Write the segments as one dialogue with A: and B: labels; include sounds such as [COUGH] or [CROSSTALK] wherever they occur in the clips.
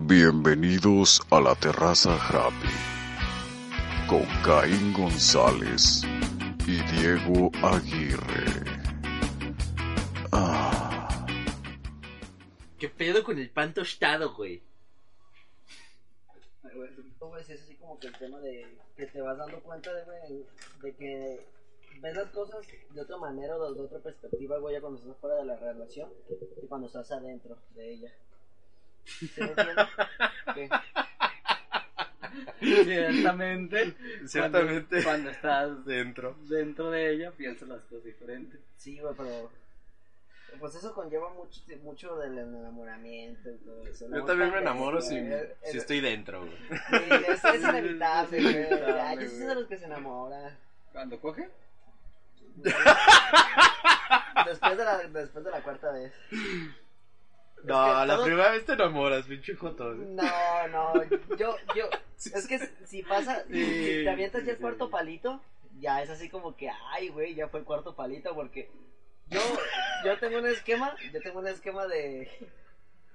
A: Bienvenidos a la Terraza Happy con Caín González y Diego Aguirre. Ah,
B: ¿Qué pedo con el pan tostado, güey?
C: Ay, güey, güey, sí es así como que el tema de que te vas dando cuenta de, güey, de que ves las cosas de otra manera o de otra perspectiva, güey, ya cuando estás fuera de la relación y cuando estás adentro de ella. ¿Sí me entiendes?
B: [LAUGHS]
C: ¿Qué?
D: Ciertamente.
B: Ciertamente.
D: Cuando, cuando estás
B: Dentro.
D: dentro de ella, piensas las cosas diferentes.
C: Sí, güey, pero... Pues eso conlleva mucho, mucho del enamoramiento y todo eso.
B: Yo
C: ¿no?
B: también me
C: Tal vez,
B: enamoro
C: güey,
B: si,
C: eh,
B: si
C: eh,
B: estoy dentro, güey.
C: sí, Es, es
B: [LAUGHS]
C: inevitable,
D: Es
C: güey.
D: inevitable,
C: Ay, yo soy
D: güey.
C: de los que se enamora.
D: ¿Cuando coge?
C: Después de la, después de la cuarta vez.
B: No, la
C: que todo-
B: primera vez te enamoras, pinche joto. güey.
C: No, no, yo, yo, es que si pasa,
B: Sí,
C: si te avientas ya el
B: sí,
C: cuarto
B: sí.
C: palito, ya es así como que, ay, güey, ya fue el cuarto palito, porque yo, yo tengo un esquema, yo tengo un esquema de,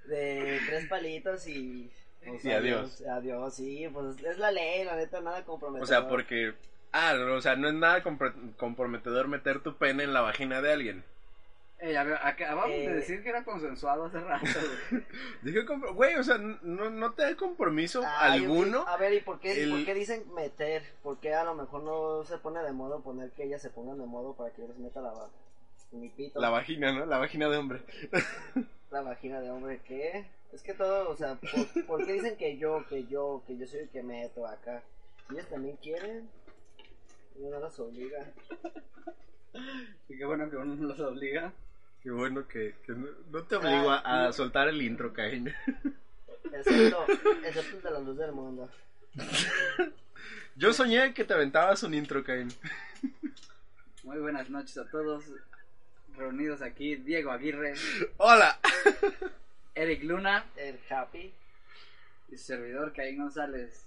C: de tres palitos y... o sea,
B: Y adiós.
C: Adiós, sí, pues es la ley, la neta, nada comprometedor.
D: O sea, porque.
E: Ah, no, o sea, no es nada compro- comprometedor meter tu pene en la vagina de alguien.
D: Eh, a ver, acabamos
C: Eh.
D: de decir que era consensuado hace rato. güey.
E: Dije, compro- güey, o sea, no, no te da compromiso [LAUGHS]
C: Ay, ah,
E: alguno.
C: A ver, ¿y por qué,
E: el-
C: por qué dicen meter? ¿Por qué a lo mejor no se pone de modo poner que ellas se pongan de modo para que yo les meta la va- mi pito?
E: La vagina, ¿no? La vagina de hombre.
C: La vagina de hombre, ¿qué? Es que todo, o sea, ¿por, por qué dicen que yo, que yo, que yo soy el que meto acá? Si ellas también quieren, uno no las obliga.
D: Así que bueno que uno no los obliga.
E: Qué bueno que, que no, no te obligo a, a
C: Ah,
E: soltar el intro, Caín.
C: Excepto, excepto el de la luz del mundo.
E: [LAUGHS] Yo soñé que te aventabas un intro,
B: [LAUGHS]
E: Caín.
D: Muy buenas noches a todos. Reunidos aquí, Diego Aguirre,
E: Hola.
D: Eric Luna
C: El happy,
D: y su servidor Caín González.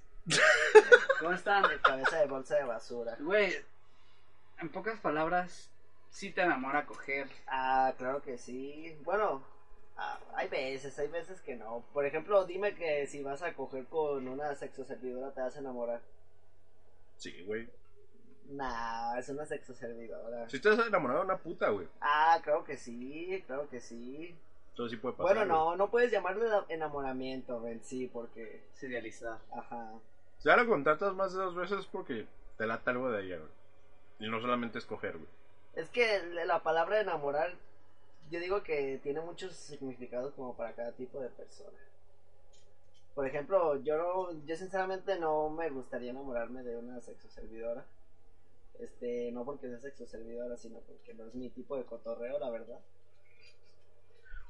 D: ¿Cómo están?
C: el cabeza de bolsa de basura.
D: Güey, en pocas palabras, sí te enamora coger.
C: Ah, claro que sí. Bueno, ah, hay veces, hay veces que no. Por ejemplo, dime que si vas a coger con una sexo servidora te vas a enamorar.
E: Sí, güey.
C: Nah, es una sexo servidora.
E: Si estás enamorado de una puta, güey.
C: Ah, claro que sí, claro que sí.
E: Todo sí puede pasar.
C: Bueno, no, no puedes llamarle la- enamoramiento en sí, porque.
D: Serializar.
C: Ajá.
E: güey. Si ya lo contratas más de dos veces es porque te lata algo de ella, güey. Y no solamente escoger, güey.
C: Es que la la palabra enamorar, yo digo que tiene muchos significados como para cada tipo de persona. Por ejemplo, yo no- yo sinceramente no me gustaría enamorarme de una sexoservidora. Este, no porque sea sexoservidora, sino porque no es mi tipo de cotorreo, la verdad.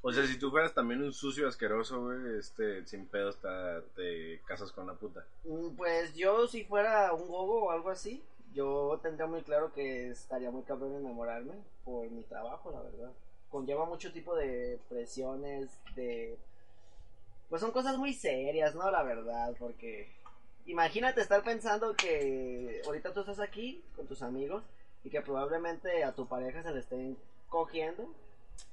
E: O sea, si tú fueras también un sucio asqueroso, güey, este, sin pedo hasta te casas con una puta.
C: Mm, Pues yo si fuera un gogo o algo así, yo tendría muy claro que estaría muy cabrón enamorarme por mi trabajo, la verdad. Conlleva mucho tipo de presiones, de... Pues son cosas muy serias, ¿no? La verdad, porque... Imagínate estar pensando que ahorita tú estás aquí con tus amigos y que probablemente a tu pareja se le estén cogiendo,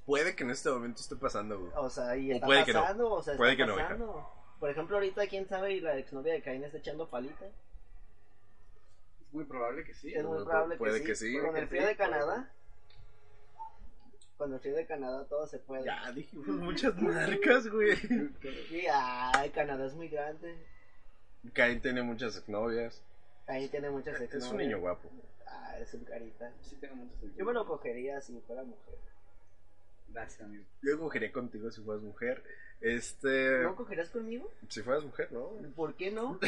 E: Puede que en este momento esté pasando, güey.
C: o sea, y
E: O
C: está
E: puede que no.
C: pasando, o sea,
E: Puede
C: está
E: que no, hija.
C: pasando. Por ejemplo, ahorita quién sabe y la exnovia de Caín está echando palitas.
D: Es muy probable que sí.
C: Es muy
E: Pu-
C: probable
E: puede
C: que,
E: que
C: sí.
E: sí,
C: Con
E: que
C: el
E: sí,
C: frío de
E: puede.
C: Canadá. Con el frío de Canadá todo se puede.
E: Ya, dijimos muchas marcas, güey.
C: Y, ay, Canadá es muy grande.
E: Caín tiene muchas exnovias.
C: Ahí tiene muchas
E: Es
C: exnovias.
E: un niño guapo.
C: Ah, es un carita.
D: Sí tengo mucho
C: Yo
D: sentido.
C: me lo cogería si fuera mujer.
D: Gracias, amigo.
E: Yo cogería contigo si fueras mujer. Este.
C: ¿No cogerías conmigo?
E: Si fueras mujer, ¿no? güey?
C: ¿Por qué
E: [LAUGHS]
C: no?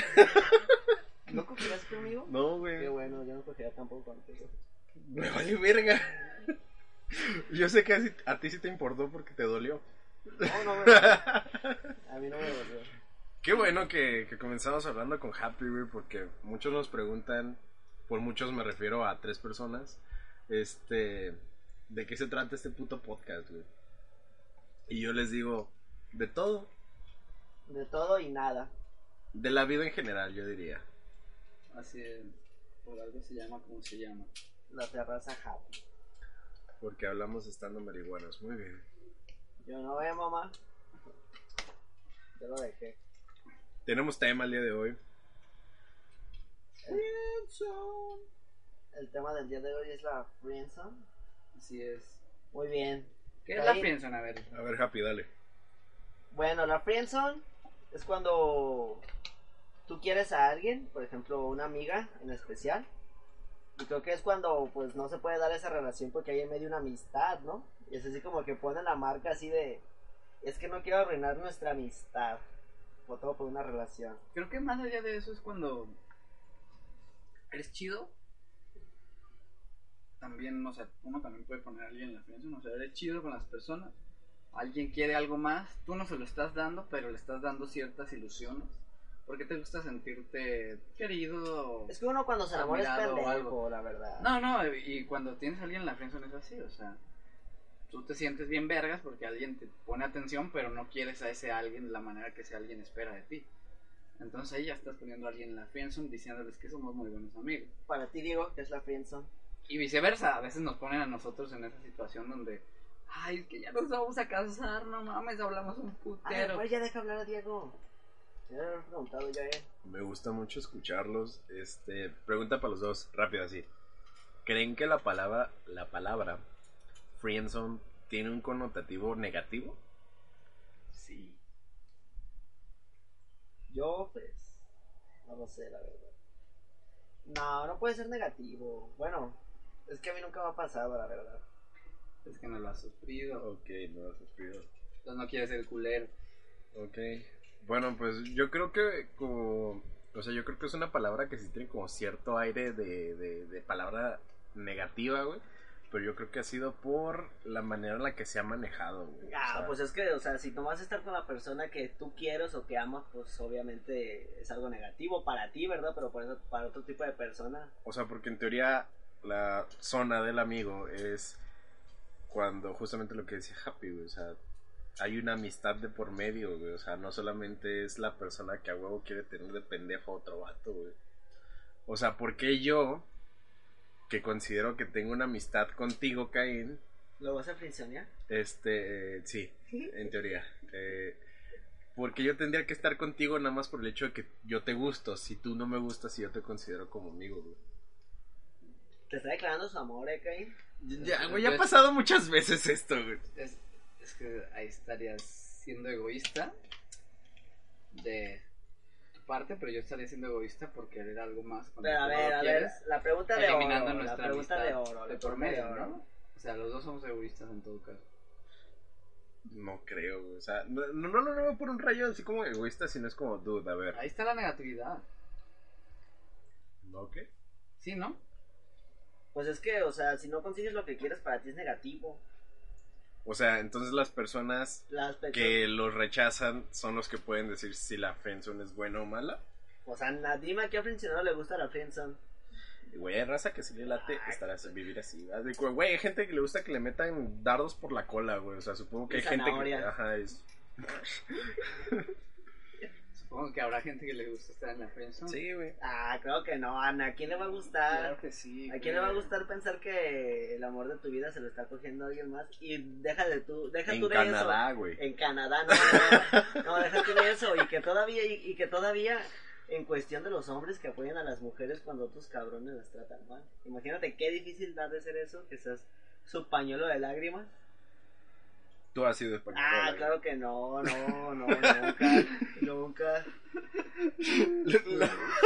C: ¿No cogerías conmigo?
E: No,
C: Qué
E: güey.
C: bueno, yo no cogería tampoco
E: [LAUGHS]
C: contigo.
E: Me vale verga. [LAUGHS] Yo sé que a ti-
C: [LAUGHS]
E: a ti sí te importó porque te dolió.
C: No, no me dolió. A mí no me dolió.
E: Qué bueno que, que comenzamos hablando con Happy, güey, porque muchos nos preguntan, por muchos me refiero a tres personas, este, de qué se trata este puto podcast, güey. Y yo les digo, de todo,
C: De todo y nada.
E: de la vida en general, yo diría.
D: Así es. Por algo se llama como se llama.
C: La terraza happy.
E: Porque hablamos estando marihuanos, muy bien.
C: Yo no veo, mamá. Yo lo dejé.
E: Tenemos tema el día de hoy.
C: El tema del día de hoy es la friendzone.
D: Así es.
C: Muy bien.
D: ¿Qué es la
C: Ahí.
D: friendzone? A ver.
E: A ver, Happy, dale.
C: Bueno, la friendzone es cuando tú quieres a alguien, por ejemplo, una amiga en especial. Y creo que es cuando pues no se puede dar esa relación porque hay en medio una amistad, ¿no? Y es así como que ponen la marca así de es que no quiero arruinar nuestra amistad. O todo por una relación.
D: Creo que más allá de eso es cuando eres chido. También, o sea, uno también puede poner a alguien en la friendzone. O sea, eres chido con las personas. Alguien quiere algo más, tú no se lo estás dando, pero le estás dando ciertas ilusiones. Porque te gusta sentirte querido.
C: Es que uno cuando se enamora es
D: Admirado o
C: pendejo,
D: algo.
C: la verdad.
D: No, no, y cuando tienes a alguien en la friendzone es así, o sea, tú te sientes bien vergas porque alguien te pone atención, pero no quieres a ese alguien de la manera que ese alguien espera de ti. Entonces ahí ya estás poniendo a alguien en la friendzone diciéndoles que somos muy buenos amigos.
C: Para ti digo que es la friendzone.
D: Y viceversa, a veces nos ponen a nosotros en esa situación donde, ay, es que ya nos vamos a casar, no mames, hablamos un
C: Ay,
D: putero.
C: pues ya deja hablar a Diego. Ya le he preguntado ya, eh.
E: Me gusta mucho escucharlos. Este, pregunta para los dos, rápido así. ¿Creen que la palabra la palabra friendzone tiene un connotativo negativo?
D: Sí.
C: Yo, pues, no lo sé, la verdad. No, no puede ser negativo. Bueno, es que a mí nunca me ha pasado, la verdad.
D: Es que no lo has sufrido,
E: Ok, no suspiro.
D: entonces no quieres ser culero.
E: Ok. Bueno, pues yo creo que como o sea, yo creo que es una palabra que sí tiene como cierto aire de, de, de palabra negativa, güey. Pero yo creo que ha sido por la manera en la que se ha manejado, güey. O
C: Ah,
E: sea,
C: pues es que, o sea, si no vas a estar con la persona que tú quieres o que amas, pues obviamente es algo negativo para ti, ¿verdad? Pero por eso, para otro tipo de persona.
E: O sea, porque en teoría la zona del amigo es cuando justamente lo que decía Happy, güey, o sea, hay una amistad de por medio, güey, o sea, no solamente es la persona que a huevo quiere tener de pendejo a otro vato, güey. O sea, ¿por qué yo, que considero que tengo una amistad contigo, Caín,
C: ¿Lo vas a friccionar?
E: este, eh, sí, en teoría. Eh, porque yo tendría que estar contigo nada más por el hecho de que yo te gusto, si tú no me gustas y yo te considero como amigo, güey.
C: Te está declarando su amor, ¿eh, Caín?
E: Ya, güey, ya ha pasado muchas veces esto, güey.
D: Es, es que ahí estarías siendo egoísta de tu parte, pero yo estaría siendo egoísta por querer algo más. cuando
C: Pero a
D: tú no
C: ver,
D: lo
C: a ver,
D: quieres,
C: la pregunta de
D: eliminando
C: oro. La
D: nuestra
C: pregunta de
D: amistad
C: oro.
D: de
C: la
D: por
C: pregunta de
D: medio,
C: oro.
D: ¿no? O sea, los dos somos egoístas en todo caso.
E: No creo, güey. O sea, no, no, no, no, no por un rayo así como egoísta, sino es como dude, a ver.
D: Ahí está la negatividad,
E: ¿No qué?
D: ¿sí, no?
C: Pues es que, o sea, si no consigues lo que quieres, para ti es negativo.
E: O sea, entonces las personas
C: Las personas
E: que los rechazan son los que pueden decir si la friendzone es buena o mala.
C: O sea, na- dime a qué aficionado le gusta la friendzone.
E: Y, güey, hay raza que si le late estar así, vivir así. ¿verdad? De cu- Güey, hay gente que le gusta que le metan dardos por la cola, güey. O sea, supongo que
C: Y
E: hay gente que...
C: zanahorias.
E: Ajá, es...
D: Supongo que habrá gente que le gusta estar en la friendzone.
E: Sí, güey.
C: Ah, creo que no, Ana. ¿A quién le va a
D: claro
C: gustar?
D: que sí.
C: ¿A quién le va a
D: güey. [LAUGHS]
C: gustar pensar que el amor de tu vida se lo está cogiendo alguien más? Y déjale tú, deja
E: En
C: tú de
E: Canadá,
C: eso. Eh.
E: güey.
C: En Canadá, no, no, no, deja tú de eso. Y que todavía, y, y que todavía, en cuestión de los hombres que apoyan a las mujeres cuando otros cabrones las tratan mal. Imagínate qué difícil da de ser eso, que seas su pañuelo de lágrimas.
E: Tú has sido español.
C: Ah,
E: güey. [LAUGHS]
C: claro que no, no, no, nunca, nunca.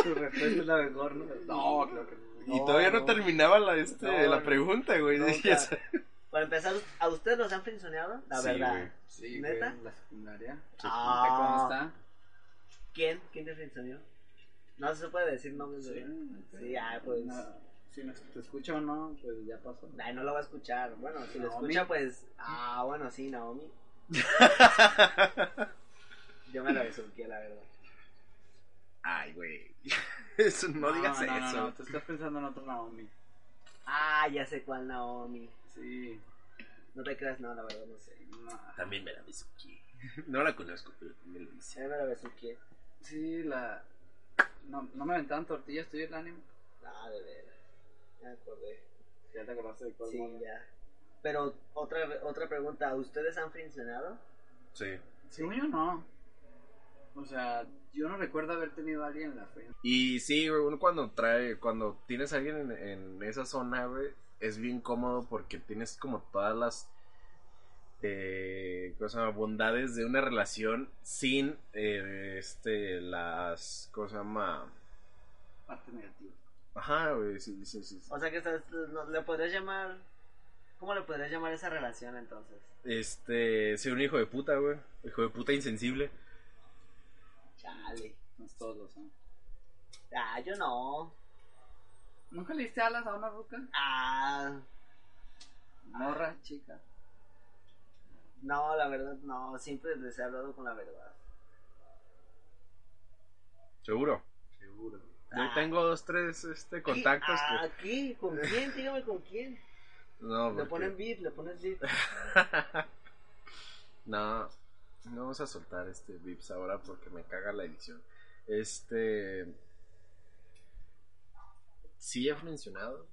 D: Tu respuesta es la
C: [LAUGHS]
D: mejor, ¿no? No, claro que no.
E: Y todavía no, terminaba la, este,
C: No,
E: la
C: no.
E: pregunta, güey. [LAUGHS]
C: No,
E: Ya
C: claro.
E: sabes.
C: Para empezar, ¿a ustedes los han frenzoneado? La
E: Sí,
C: verdad.
E: güey.
D: Sí, güey,
C: ¿Neta?
D: la secundaria.
C: Ah.
D: ¿Te consta?
C: ¿Quién? ¿Quién te frenzoneó? No se puede decir nombres, güey. Sí, ah, pues.
D: No, si nos te escucha o no, pues ya pasó.
C: Ay, no lo va a escuchar. Bueno, si lo
D: Naomi.
C: escucha, pues. Ah, bueno, sí, Naomi. Yo me la besuqué, la verdad.
E: Ay, güey. [LAUGHS] Eso, no, digas
D: no,
E: eso.
D: No, no, tú estás pensando en otro Naomi.
C: Ah, ya sé cuál Naomi.
D: Sí.
C: No te creas, no, la verdad, no sé.
D: no.
E: También me la besuqué. No la conozco, pero también la hice.
C: Se me la besuqué.
D: Sí, la. No, no me aventaban tortillas, tuyo el ánimo.
C: Ah, de veras. Ya me acordé.
D: Ya te acordaste de cuál
C: Sí,
D: mono.
C: ya. Pero otra, otra pregunta, ¿ustedes han frencionado?
E: Sí.
D: Según yo, no. O sea, yo no recuerdo haber tenido a alguien en la fe.
E: Y sí, güey, uno cuando trae, cuando tienes a alguien en, en esa zona, güey, es bien cómodo porque tienes como todas las eh, ¿cómo se llama? bondades de una relación sin eh, este las ¿cómo se llama?
D: Parte negativa.
E: Ajá, güey, sí, sí, sí. sí.
C: O sea que estás, no, le podrías llamar... ¿Cómo le podrías llamar esa relación entonces?
E: Este, soy un hijo de puta, güey. Hijo de puta insensible.
C: Chale.
D: Pues todos lo son.
C: Ah, yo no.
D: ¿Nunca le diste alas a una ruca?
C: Ah,
D: Morra, chica.
C: no, la verdad, no. Siempre les he hablado con la verdad.
E: Seguro.
D: Seguro.
E: Yo
C: Ah.
E: tengo dos, tres este, contactos
C: ¿Qué?
E: que...
C: Ah, ¿qué? ¿Con quién? Dígame con
E: [LAUGHS]
C: quién.
E: No,
C: Le
E: porque-
C: ponen VIP, le pones VIP.
E: [LAUGHS] no, no vamos a soltar este Vips ahora porque me caga la edición. Este. Sí, he mencionado.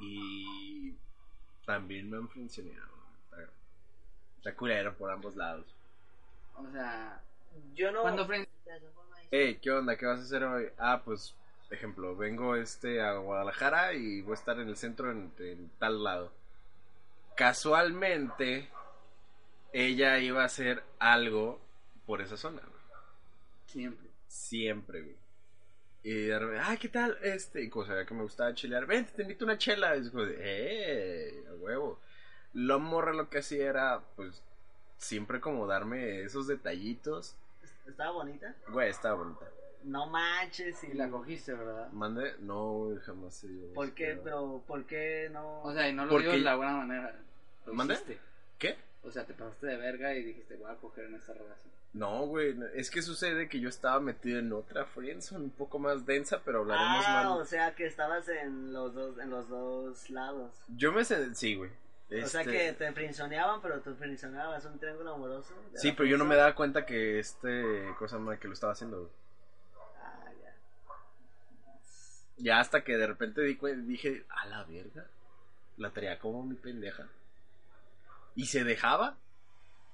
E: Y. También me han funcionado. Está, está culero por ambos lados.
D: O sea,
C: Yo no.
D: cuando fren-
E: Hey, ¿qué onda? ¿Qué vas a hacer hoy? Ah, pues, ejemplo, vengo este a Guadalajara y voy a estar en el centro en, en tal lado. Casualmente, ella iba a hacer algo por esa zona. güey.
D: siempre.
E: Siempre, güey. Y de repente, ah, ¿qué tal? Este, y como sabía que me gustaba chilear, vente, te invito una chela. Y es como de, eh, a huevo. Lo morra lo que hacía era, pues, siempre como darme esos detallitos.
C: ¿Estaba bonita?
E: Güey, estaba bonita.
C: No manches.
D: Y
C: Y
E: Mm,
D: la cogiste, ¿verdad?
E: Mande, no, güey, jamás se dio.
C: ¿Por qué?
E: Pero-
C: Pero, ¿por qué no?
D: O sea, y no lo
E: Porque-
D: digo de la buena manera. Lo
E: ¿Mande?
D: hiciste.
E: ¿Qué?
D: O sea, te pasaste de verga y dijiste, voy a coger en esta relación.
E: No, güey, no, es que sucede que yo estaba metido en otra friendzone un poco más densa, pero hablaremos
C: ah,
E: más.
C: o sea que estabas en los dos, en los dos lados.
E: Yo me sen- sí, güey.
C: O sea
E: Este,
C: que te frinzoneaban, pero tú frinzoneabas un triángulo amoroso. de
E: Sí,
C: la
E: pero yo no me
C: friendzone.
E: daba cuenta que este cosa más que lo estaba haciendo. güey.
C: Ah, ya.
E: Ya hasta que de repente di cuen- dije, a la verga, la traía como mi pendeja. Y se dejaba.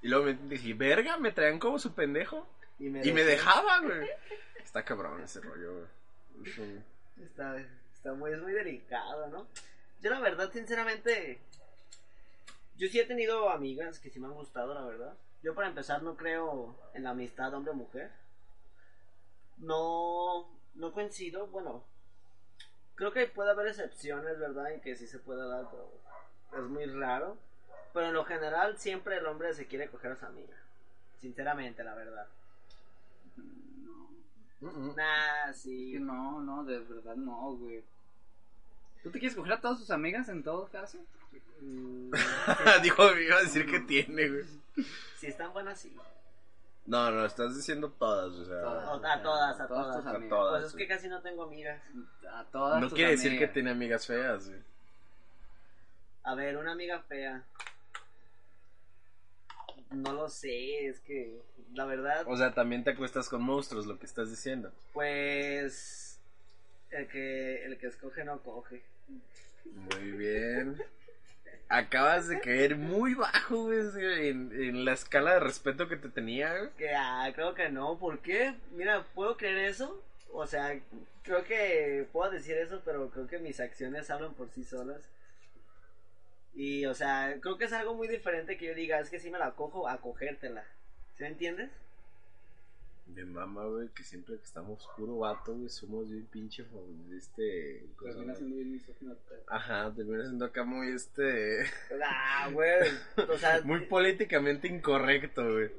E: Y luego me dije, verga, me traían como su pendejo.
C: Y me,
E: Y me
C: dejé.
E: dejaba, güey. Está cabrón ese rollo, güey. Es un-
C: Está, está muy, es muy delicado, ¿no? Yo la verdad, sinceramente, yo sí he tenido amigas que sí me han gustado, la verdad. Yo para empezar no creo en la amistad hombre-mujer. No, no coincido, bueno, creo que puede haber excepciones, ¿verdad? En que sí se pueda dar, pero es muy raro. Pero en lo general siempre el hombre se quiere coger a su amiga. Sinceramente, la verdad.
D: No.
E: Mm, [LAUGHS] mm.
C: Nah,
D: Es que
C: sí.
D: no, no, de verdad no, güey. ¿Tú te quieres coger a todas tus amigas en todo caso? [LAUGHS]
C: Mm,
E: Dijo, me iba a decir que tiene, güey.
C: si están buenas, sí.
E: No, no, estás diciendo todas, o sea.
C: A
D: o sea,
C: todas, a
D: todas.
C: todas.
D: tus
E: A
D: amigas.
E: todas.
C: Pues es
E: güey.
C: que casi no tengo amigas.
D: A todas
E: No
D: tus
E: quiere decir que
D: amigas.
E: tiene amigas feas, güey.
C: A ver, una amiga fea. No lo sé, es que la verdad,
E: O sea, también te acuestas con monstruos, lo que estás diciendo.
C: pues el que el que escoge no coge.
E: Muy bien. Acabas de caer muy bajo, güey, sí, en, en la escala de respeto que te tenía, güey.
C: Que ah, creo que no, ¿por qué? Mira, puedo creer eso. O sea, creo que puedo decir eso, pero creo que mis acciones hablan por sí solas. Y o sea, creo que es algo muy diferente que yo diga, es que si me la cojo a cogértela. ¿Sí me entiendes?
E: De mamá, güey, que siempre que estamos puro vato, güey, somos bien pinche, fam- este... cosa,
D: Termina
E: güey.
D: siendo bien misógino, pero-
E: Ajá, termina siendo acá muy, este... [LAUGHS]
C: Ah, güey. O sea,
E: Muy políticamente incorrecto, güey.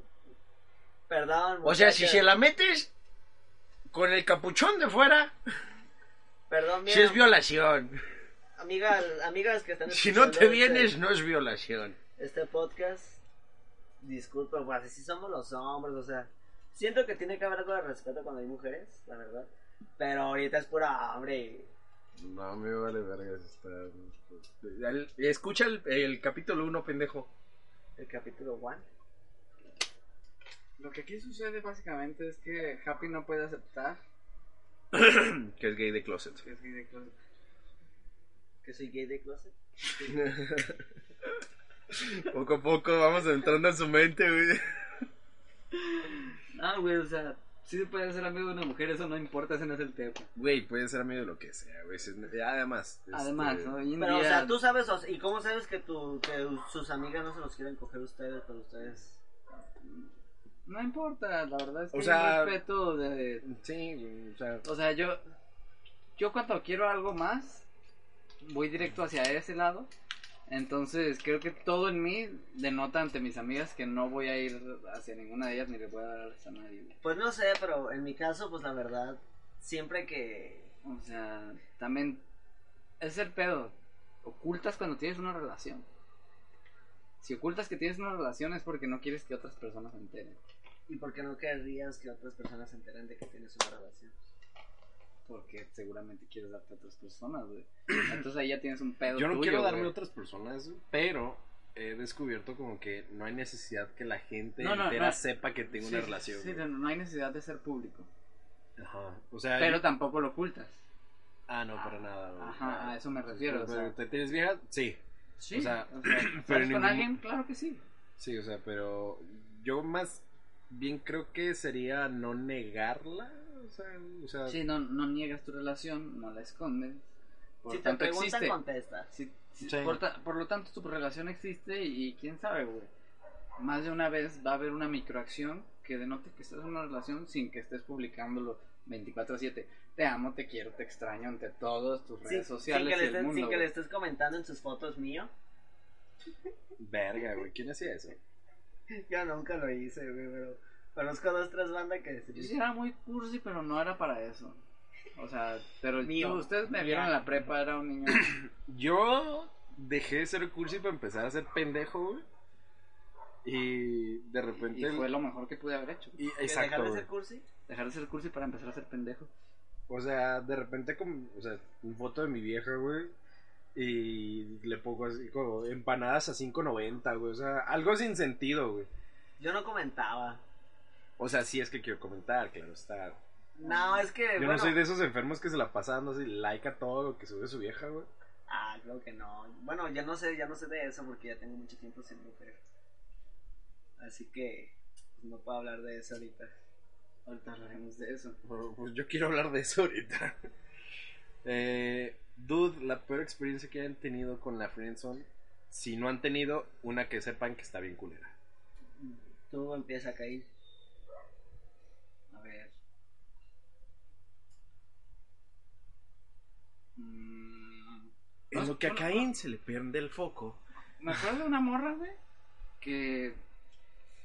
C: Perdón.
E: O sea, si
C: muchachas.
E: se la metes con el capuchón de fuera,
C: Perdón,
E: si
C: mira,
E: es violación.
C: amigas, amigas que están
E: Si no te
C: escuchando
E: vienes,
C: este,
E: no es violación.
C: este podcast, disculpa, pues así somos los hombres, o sea, Siento que tiene que haber algo de respeto cuando hay mujeres, la verdad. Pero ahorita es pura hambre. y-
E: No, me vale verga. está- Al- Escucha el, el capítulo 1, pendejo.
C: El capítulo 1.
D: Lo que aquí sucede básicamente es que Happy no puede aceptar
E: Que es gay de closet. [LAUGHS]
D: que es gay de closet.
C: Que soy gay de closet.
E: poco a poco vamos entrando en su mente, güey.
D: No, güey, o sea, sí se puede ser amigo de una mujer, eso no importa, ese no es el tema.
E: Güey, puede ser amigo de lo que sea, güey. Si- Además. este,
D: Además, ¿no? hoy en
C: Pero, o
D: día-
C: sea, tú sabes, o- ¿y cómo sabes que, tu, que sus amigas no se los quieren coger ustedes cuando ustedes...
D: No importa, la verdad es que
E: O sea-
D: hay un respeto de...
E: Sí, güey, o sea.
D: O sea, yo... Yo cuando quiero algo más, voy directo hacia ese lado. Entonces, creo que todo en mí denota ante mis amigas que no voy a ir hacia ninguna de ellas ni le voy a dar a nadie. güey.
C: Pues no sé, pero en mi caso, pues la verdad, siempre que...
D: O sea, también es el pedo. Ocultas cuando tienes una relación. Si ocultas que tienes una relación es porque no quieres que otras personas se enteren.
C: ¿Y por qué no querrías que otras personas se enteren de que tienes una relación?
D: Porque seguramente quieres darte a otras personas, güey. Entonces ahí ya tienes un pedo.
E: Yo no
D: tuyo,
E: quiero darme
D: güey.
E: a otras personas, pero he descubierto como que no hay necesidad que la gente
D: No, no,
E: entera
D: no.
E: sepa que tengo
D: Sí,
E: una
D: sí,
E: relación.
D: Sí,
E: güey.
D: no, no hay necesidad de ser público.
E: Ajá. O sea,
D: Pero
E: yo-
D: tampoco lo ocultas.
E: Ah, no, para nada. güey.
D: Ajá, a eso me refiero.
E: Pero,
D: O sea,
E: ¿Te tienes vieja? Sí.
D: sí,
E: o sea,
D: o sea, [CLEARS THROAT] ¿sales
E: pero
D: con
E: en ningún-
D: alguien? Claro que sí.
E: Sí, o sea, pero yo más bien creo que sería no negarla. O sea, o sea
D: Sí, no, no niegas tu relación, no la escondes. Por
C: si te
D: tanto,
C: preguntan,
D: existe.
C: contestas.
D: Sí, sí,
E: Sí.
D: Por, ta- por lo tanto, tu relación existe y, y quién sabe, güey. Más de una vez va a haber una microacción que denote que estás en una relación sin que estés publicándolo 24-7. Te amo, te quiero, te extraño ante todos tus
C: Sí,
D: redes
C: sin
D: sociales
C: que, le
D: y el
C: estés,
D: mundo.
C: sin que le
D: güey.
C: estés comentando en sus fotos mío.
E: verga, güey. ¿Quién hacía eso?
C: Yo nunca lo hice, güey, pero conozco dos, tres bandas que
D: Yo sí era muy cursi, pero no era para eso. O sea, pero
C: Mío.
D: tú- ustedes me
C: Mía.
D: vieron en la prepa, era un niño.
E: Yo dejé de ser cursi para empezar a ser pendejo, güey. Y de repente.
D: y fue lo mejor que pude haber hecho.
E: y-
C: que
E: exacto.
C: dejar de
E: güey.
C: ser cursi.
D: Dejar de ser cursi para empezar a ser pendejo.
E: O sea, de repente, como, o sea, un foto de mi vieja, güey. Y le pongo así como empanadas a 5.90, güey. O sea, algo sin sentido, güey.
C: Yo no comentaba.
E: O sea, sí es que quiero comentar, claro está.
C: No, es que.
E: Yo
C: bueno,
E: no soy de esos enfermos que se la pasan así, like a todo lo que sube su vieja, güey.
C: Ah, creo que no. Bueno, ya no sé, ya no sé de eso porque ya tengo mucho tiempo sin mujer. Así que pues, no puedo hablar de eso ahorita.
D: Ahorita hablaremos de eso.
E: Pero, Pues yo quiero hablar de eso ahorita. [LAUGHS] Eh, dude, la peor experiencia que hayan tenido con la Friendzone, si no han tenido, una que sepan que está bien culera.
C: Tú empieza a caer.
D: A ver. Mm,
E: En
D: Ah,
E: lo que a
D: bueno,
E: Caín se le pierde el foco.
D: Me acuerdo de una morra, güey, que,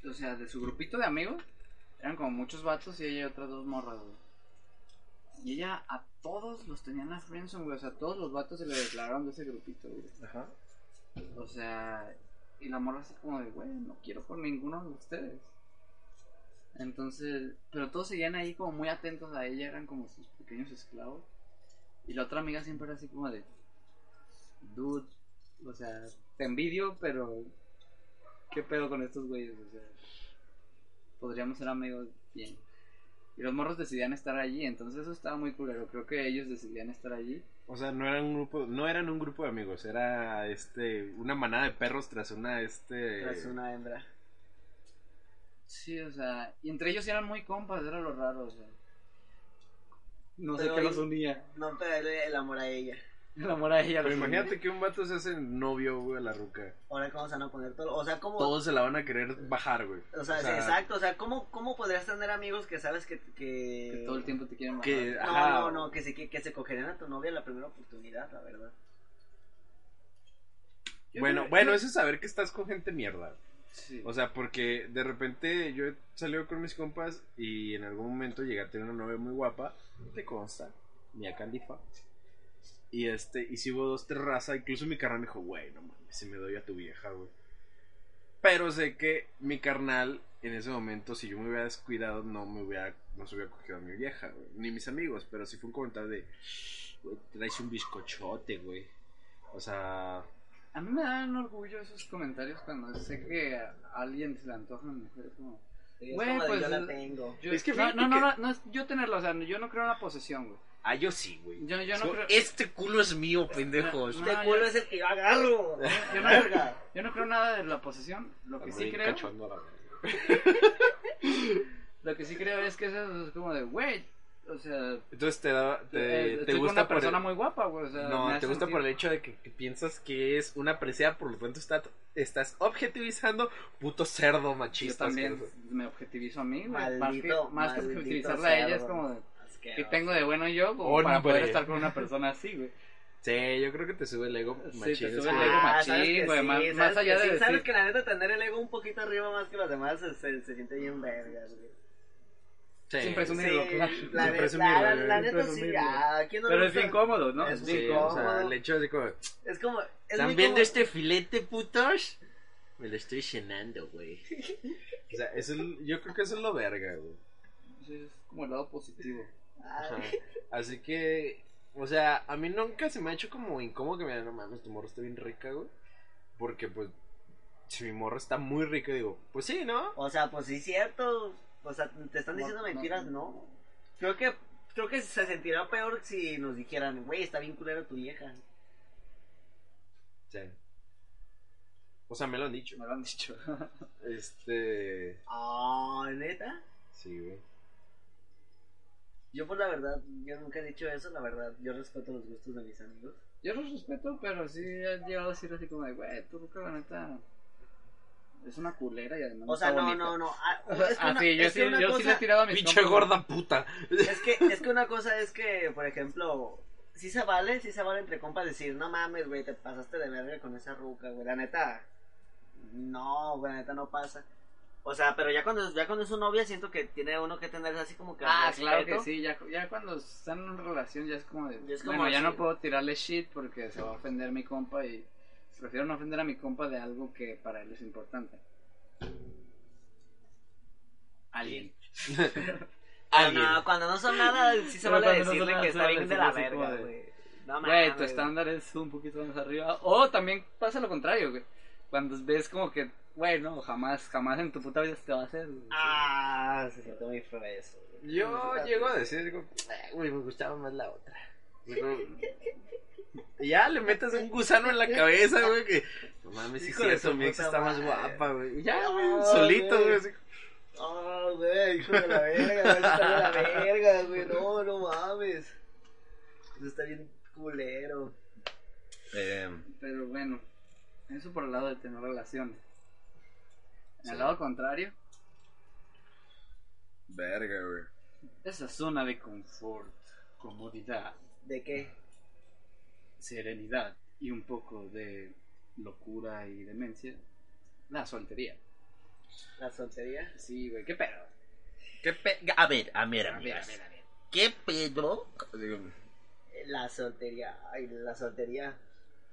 D: o sea, de su grupito de amigos, eran como muchos vatos y ella y otras dos morras, güey. Y ella a todos los tenían a friendzone, güey, o sea, todos los vatos se le declararon de ese grupito, güey.
E: Ajá.
D: O sea, y la morra así como de, güey, no quiero por ninguno de ustedes. Entonces, pero todos seguían ahí como muy atentos a ella, eran como sus pequeños esclavos. Y la otra amiga siempre era así como de, dude, o sea, te envidio, pero ¿qué pedo con estos güeyes? O sea, podríamos ser amigos bien. Y los morros decidían estar allí, entonces eso estaba muy culero. Creo que ellos decidían estar allí.
E: O sea, no eran un grupo, no eran un grupo de amigos, era este una manada de perros tras una
D: Eh,
E: este
C: Tras una hembra.
D: Sí, o sea, y entre ellos eran muy compas, era lo raro, o sea. No
C: Pero
D: sé qué
C: ahí-
D: los unía.
C: No perderle el amor a ella.
D: [LAUGHS] El amor a ella
E: Pero
D: los
E: imagínate que un vato se hace novio, güey, a la ruca.
C: Ahora, ¿cómo se van a poner todo? O sea, ¿cómo.?
E: Todos se la van a querer bajar, güey.
C: O sea,
E: O sea,
C: exacto, o sea, ¿cómo, ¿cómo podrías tener amigos que sabes que...
D: unía.
C: que...
D: Que todo el tiempo te quieren
E: que-
D: bajar.
C: No,
E: ajá.
C: no, no, que se, que, que se cogerían a tu novia en la primera oportunidad, la verdad.
E: Bueno,
D: Yo-
E: bueno,
D: yo-
E: eso es saber que estás con gente mierda.
D: Sí.
E: O sea, porque de repente yo he salido con mis compas y en algún momento llegué a tener una novia muy guapa, te consta, Mia Candifa. Y este, y si hubo dos, tres razas, incluso mi carnal me dijo, güey, no mames, si me doy a tu vieja, güey. Pero sé que mi carnal en ese momento, si yo me hubiera descuidado, no me hubiera, no se hubiera cogido a mi vieja, güey, ni mis amigos, pero si fue un comentario de, güey, traes un bizcochote, güey. O sea,
D: A mí me dan orgullo esos comentarios cuando sé que a alguien se le antoja una mujer. es como,
C: Sí, es
D: Güey,
C: como de,
D: pues,
C: yo la
D: es-
C: tengo.
D: yo-
E: Es que
D: no,
E: fíjate
D: no, no,
E: que-
D: no, no es yo tenerla, o sea, no, yo no creo en la posesión, güey.
E: ah, yo sí, güey.
D: Yo- yo no
E: So-
D: creo-
E: [LAUGHS] Este culo es mío, pendejos.
D: No,
C: Este
D: yo-
C: culo es el que yo
D: [LAUGHS]
C: agarro.
D: Yo no,
C: Verga.
D: yo no creo nada de la posesión. Lo que
E: Ando
D: sí
E: bien
D: creo,
E: cachondo a la verga.
D: [LAUGHS] lo que sí creo es que eso es como de, güey, o sea,
E: Entonces te da,
D: eh,
E: te, te
D: estoy con
E: gusta
D: una
E: por el-
D: persona muy guapa, güey. O sea, me
E: No,
D: hace
E: te gusta
D: sentir-
E: por el hecho de que, que piensas que es una presea, por lo tanto está, estás objetivizando puto cerdo
D: Yo
E: machista.
D: también
E: cerdo.
D: me objetivizo a mí, güey. Más que,
C: Maldito,
D: más que
C: maldito
D: objetivizarla a ella es
C: cerdo.
D: como de,
C: Asqueroso.
D: ¿qué tengo de bueno yo como para
E: Hombre.
D: poder estar con una persona así, güey?
E: Sí, yo creo que te sube el ego
D: Sí, te
E: machista.
D: sube el ego.
C: Ah,
D: machín,
C: sabes que
D: güey,
C: sí,
D: más-
C: sabes
D: más allá
C: que
D: de
C: sí,
D: decir-
C: Sabes que la neta tener el ego un poquito arriba más que los demás se, se, se siente bien verga, güey.
E: Sí.
D: Sin presumir. Presumirlo, claro.
C: Sí, la,
E: Sin
C: ne-
E: presumirlo,
C: la- la
E: güey.
C: neta sí,
D: Presumirlo.
C: ah, ¿quién no le
D: Pero es
C: gusta?
D: bien cómodo, ¿no?
C: Es
E: Sí,
C: bien
E: o sea,
C: cómodo.
E: el hecho de como,
C: Es como. es
E: ¿están
C: muy
E: viendo
C: como-
E: este filete, putos? Me lo estoy llenando, güey. o sea, eso es- yo creo que eso es lo
D: [LAUGHS]
E: verga, güey.
D: Sí, Es como el lado positivo.
C: Ay,
E: Ajá. Así que, o sea, a mí nunca se me ha hecho como incómodo que me digan, no mames, tu morra está bien rica, güey. Porque, pues, si mi morra está muy rica, digo, pues sí, ¿no?
C: O sea, pues sí, cierto. O sea, te están
D: No,
C: diciendo
D: no,
C: mentiras,
D: no.
C: no. Creo que. Creo que se sentirá peor si nos dijeran, güey, está bien culera tu vieja.
E: Sí. O sea, me lo han dicho.
D: Me lo han dicho. [LAUGHS]
E: Este.
C: Ah, neta.
E: Sí, güey.
C: Yo, pues la verdad, yo nunca he dicho eso, la verdad. Yo respeto los gustos de mis amigos.
D: Yo los respeto, pero sí he llegado a decir así como de, güey, tu ruca, la neta, es una culera y además
C: O sea,
D: está
C: no,
D: bonita".
C: no, no.
D: [LAUGHS]
C: Ah,
D: O sea,
C: es que
D: ah,
C: una-
D: sí, yo,
C: es que
D: sí,
C: una
D: yo sí le he
C: cosa-
D: tirado a mis
E: Pinche
D: compas.
E: gorda puta.
C: Es que, es que una cosa es que, por ejemplo, sí se vale, sí se vale entre compas decir, no mames, güey, te pasaste de verga con esa ruca, güey, la neta. No, güey, la neta no pasa. O sea, pero ya cuando, ya cuando es su novia, siento que tiene uno que tener así como que.
D: Ah,
C: respeto.
D: claro que sí, ya, ya cuando están en una relación ya es como de,
C: Ya es como
D: bueno, ya
C: así.
D: no puedo tirarle shit porque se va a ofender mi compa y prefiero no ofender a mi compa de algo que para él es importante. Alguien.
C: Pero
E: Alguien.
C: no, cuando no son nada, sí se
D: Pero
C: vale
D: cuando no
C: decirle
D: son nada,
C: que
D: se
C: está
D: vale
C: bien de la
D: decirle así
C: verga,
D: como de,
C: güey. No
D: Güey, tu
C: mames.
D: estándar es un poquito más arriba. O también pasa lo contrario, güey. Cuando ves como que, güey, no, jamás, jamás en tu puta vida se te va a hacer. güey.
C: Ah, se siente muy feo eso. güey. [LAUGHS]
E: Yo llego a decir, digo, "Ah, güey, me gustaba más la otra. Digo, y ya le metes un gusano en la cabeza, güey, que no mames, si
C: Hijo de
E: cierto,
C: su
E: mi ex
C: puta
E: está más
C: madre.
E: guapa, güey. Y Ya, güey,
C: No,
E: solito,
C: güey.
E: güey. así.
C: Ah, güey, hijo de la verga, güey, está de la verga, güey, no, no mames. Eso está bien culero.
E: Eh,
D: Pero bueno, eso por el lado de tener relaciones. En el
E: Sí.
D: lado contrario,
E: verga, güey.
D: esa zona de confort, comodidad,
C: ¿De qué?
D: serenidad y un poco de locura y demencia, la soltería.
C: ¿La soltería?
D: Sí, güey, qué pedo.
E: ¿Qué pe... A ver, a ver,
D: A ver, a ver, a ver.
E: ¿Qué pedo?
C: La soltería, ay, la soltería.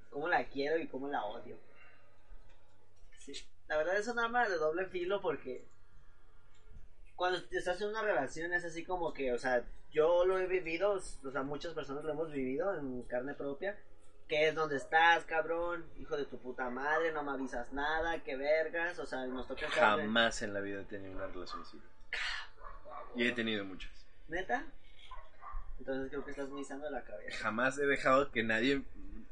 C: ¿Cómo la quiero y cómo la odio? Sí, la verdad es un arma de doble filo porque cuando te estás en una relación es así como que, o sea, yo lo he vivido, o sea, muchas personas lo hemos vivido en carne propia. que es donde estás, cabrón? Hijo de tu puta madre, no me avisas nada, qué vergas, o sea, nos toca estar-
E: Jamás en la vida he tenido una relación así. Y he tenido muchas.
C: ¿Neta? Entonces creo que estás misando la cabeza.
E: Jamás he dejado que nadie,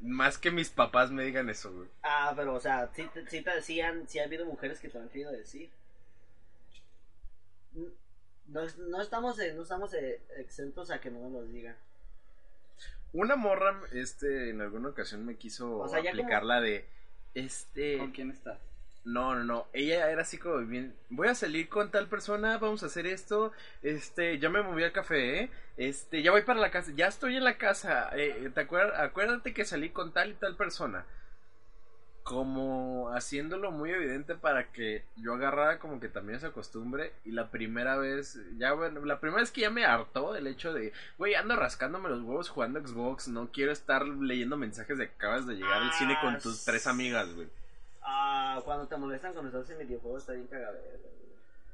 E: más que mis papás, me digan eso, güey.
C: Ah, pero, o sea, sí, te- sí, te- sí han, sí ha habido mujeres que te lo han querido decir. N- No, es- no estamos, eh, no estamos eh, exentos a que no nos lo digan.
E: Una morra, este, en alguna ocasión me quiso
C: O sea, ya
E: aplicar la de, este,
D: ¿Con quién estás?
E: no, no, no, ella era así como bien, voy a salir con tal persona, vamos a hacer esto, este, ya me moví al café, ¿eh? este, ya voy para la casa, ya estoy en la casa, eh, te acuer- acuérdate que salí con tal y tal persona. Como haciéndolo muy evidente para que yo agarrara como que también esa costumbre y la primera vez, ya bueno, la primera vez que ya me hartó el hecho de, güey, ando rascándome los huevos jugando Xbox, no quiero estar leyendo mensajes de que acabas de llegar al cine con tus tres amigas, güey.
C: Ah, cuando te molestan cuando estás en videojuegos está bien cagadero.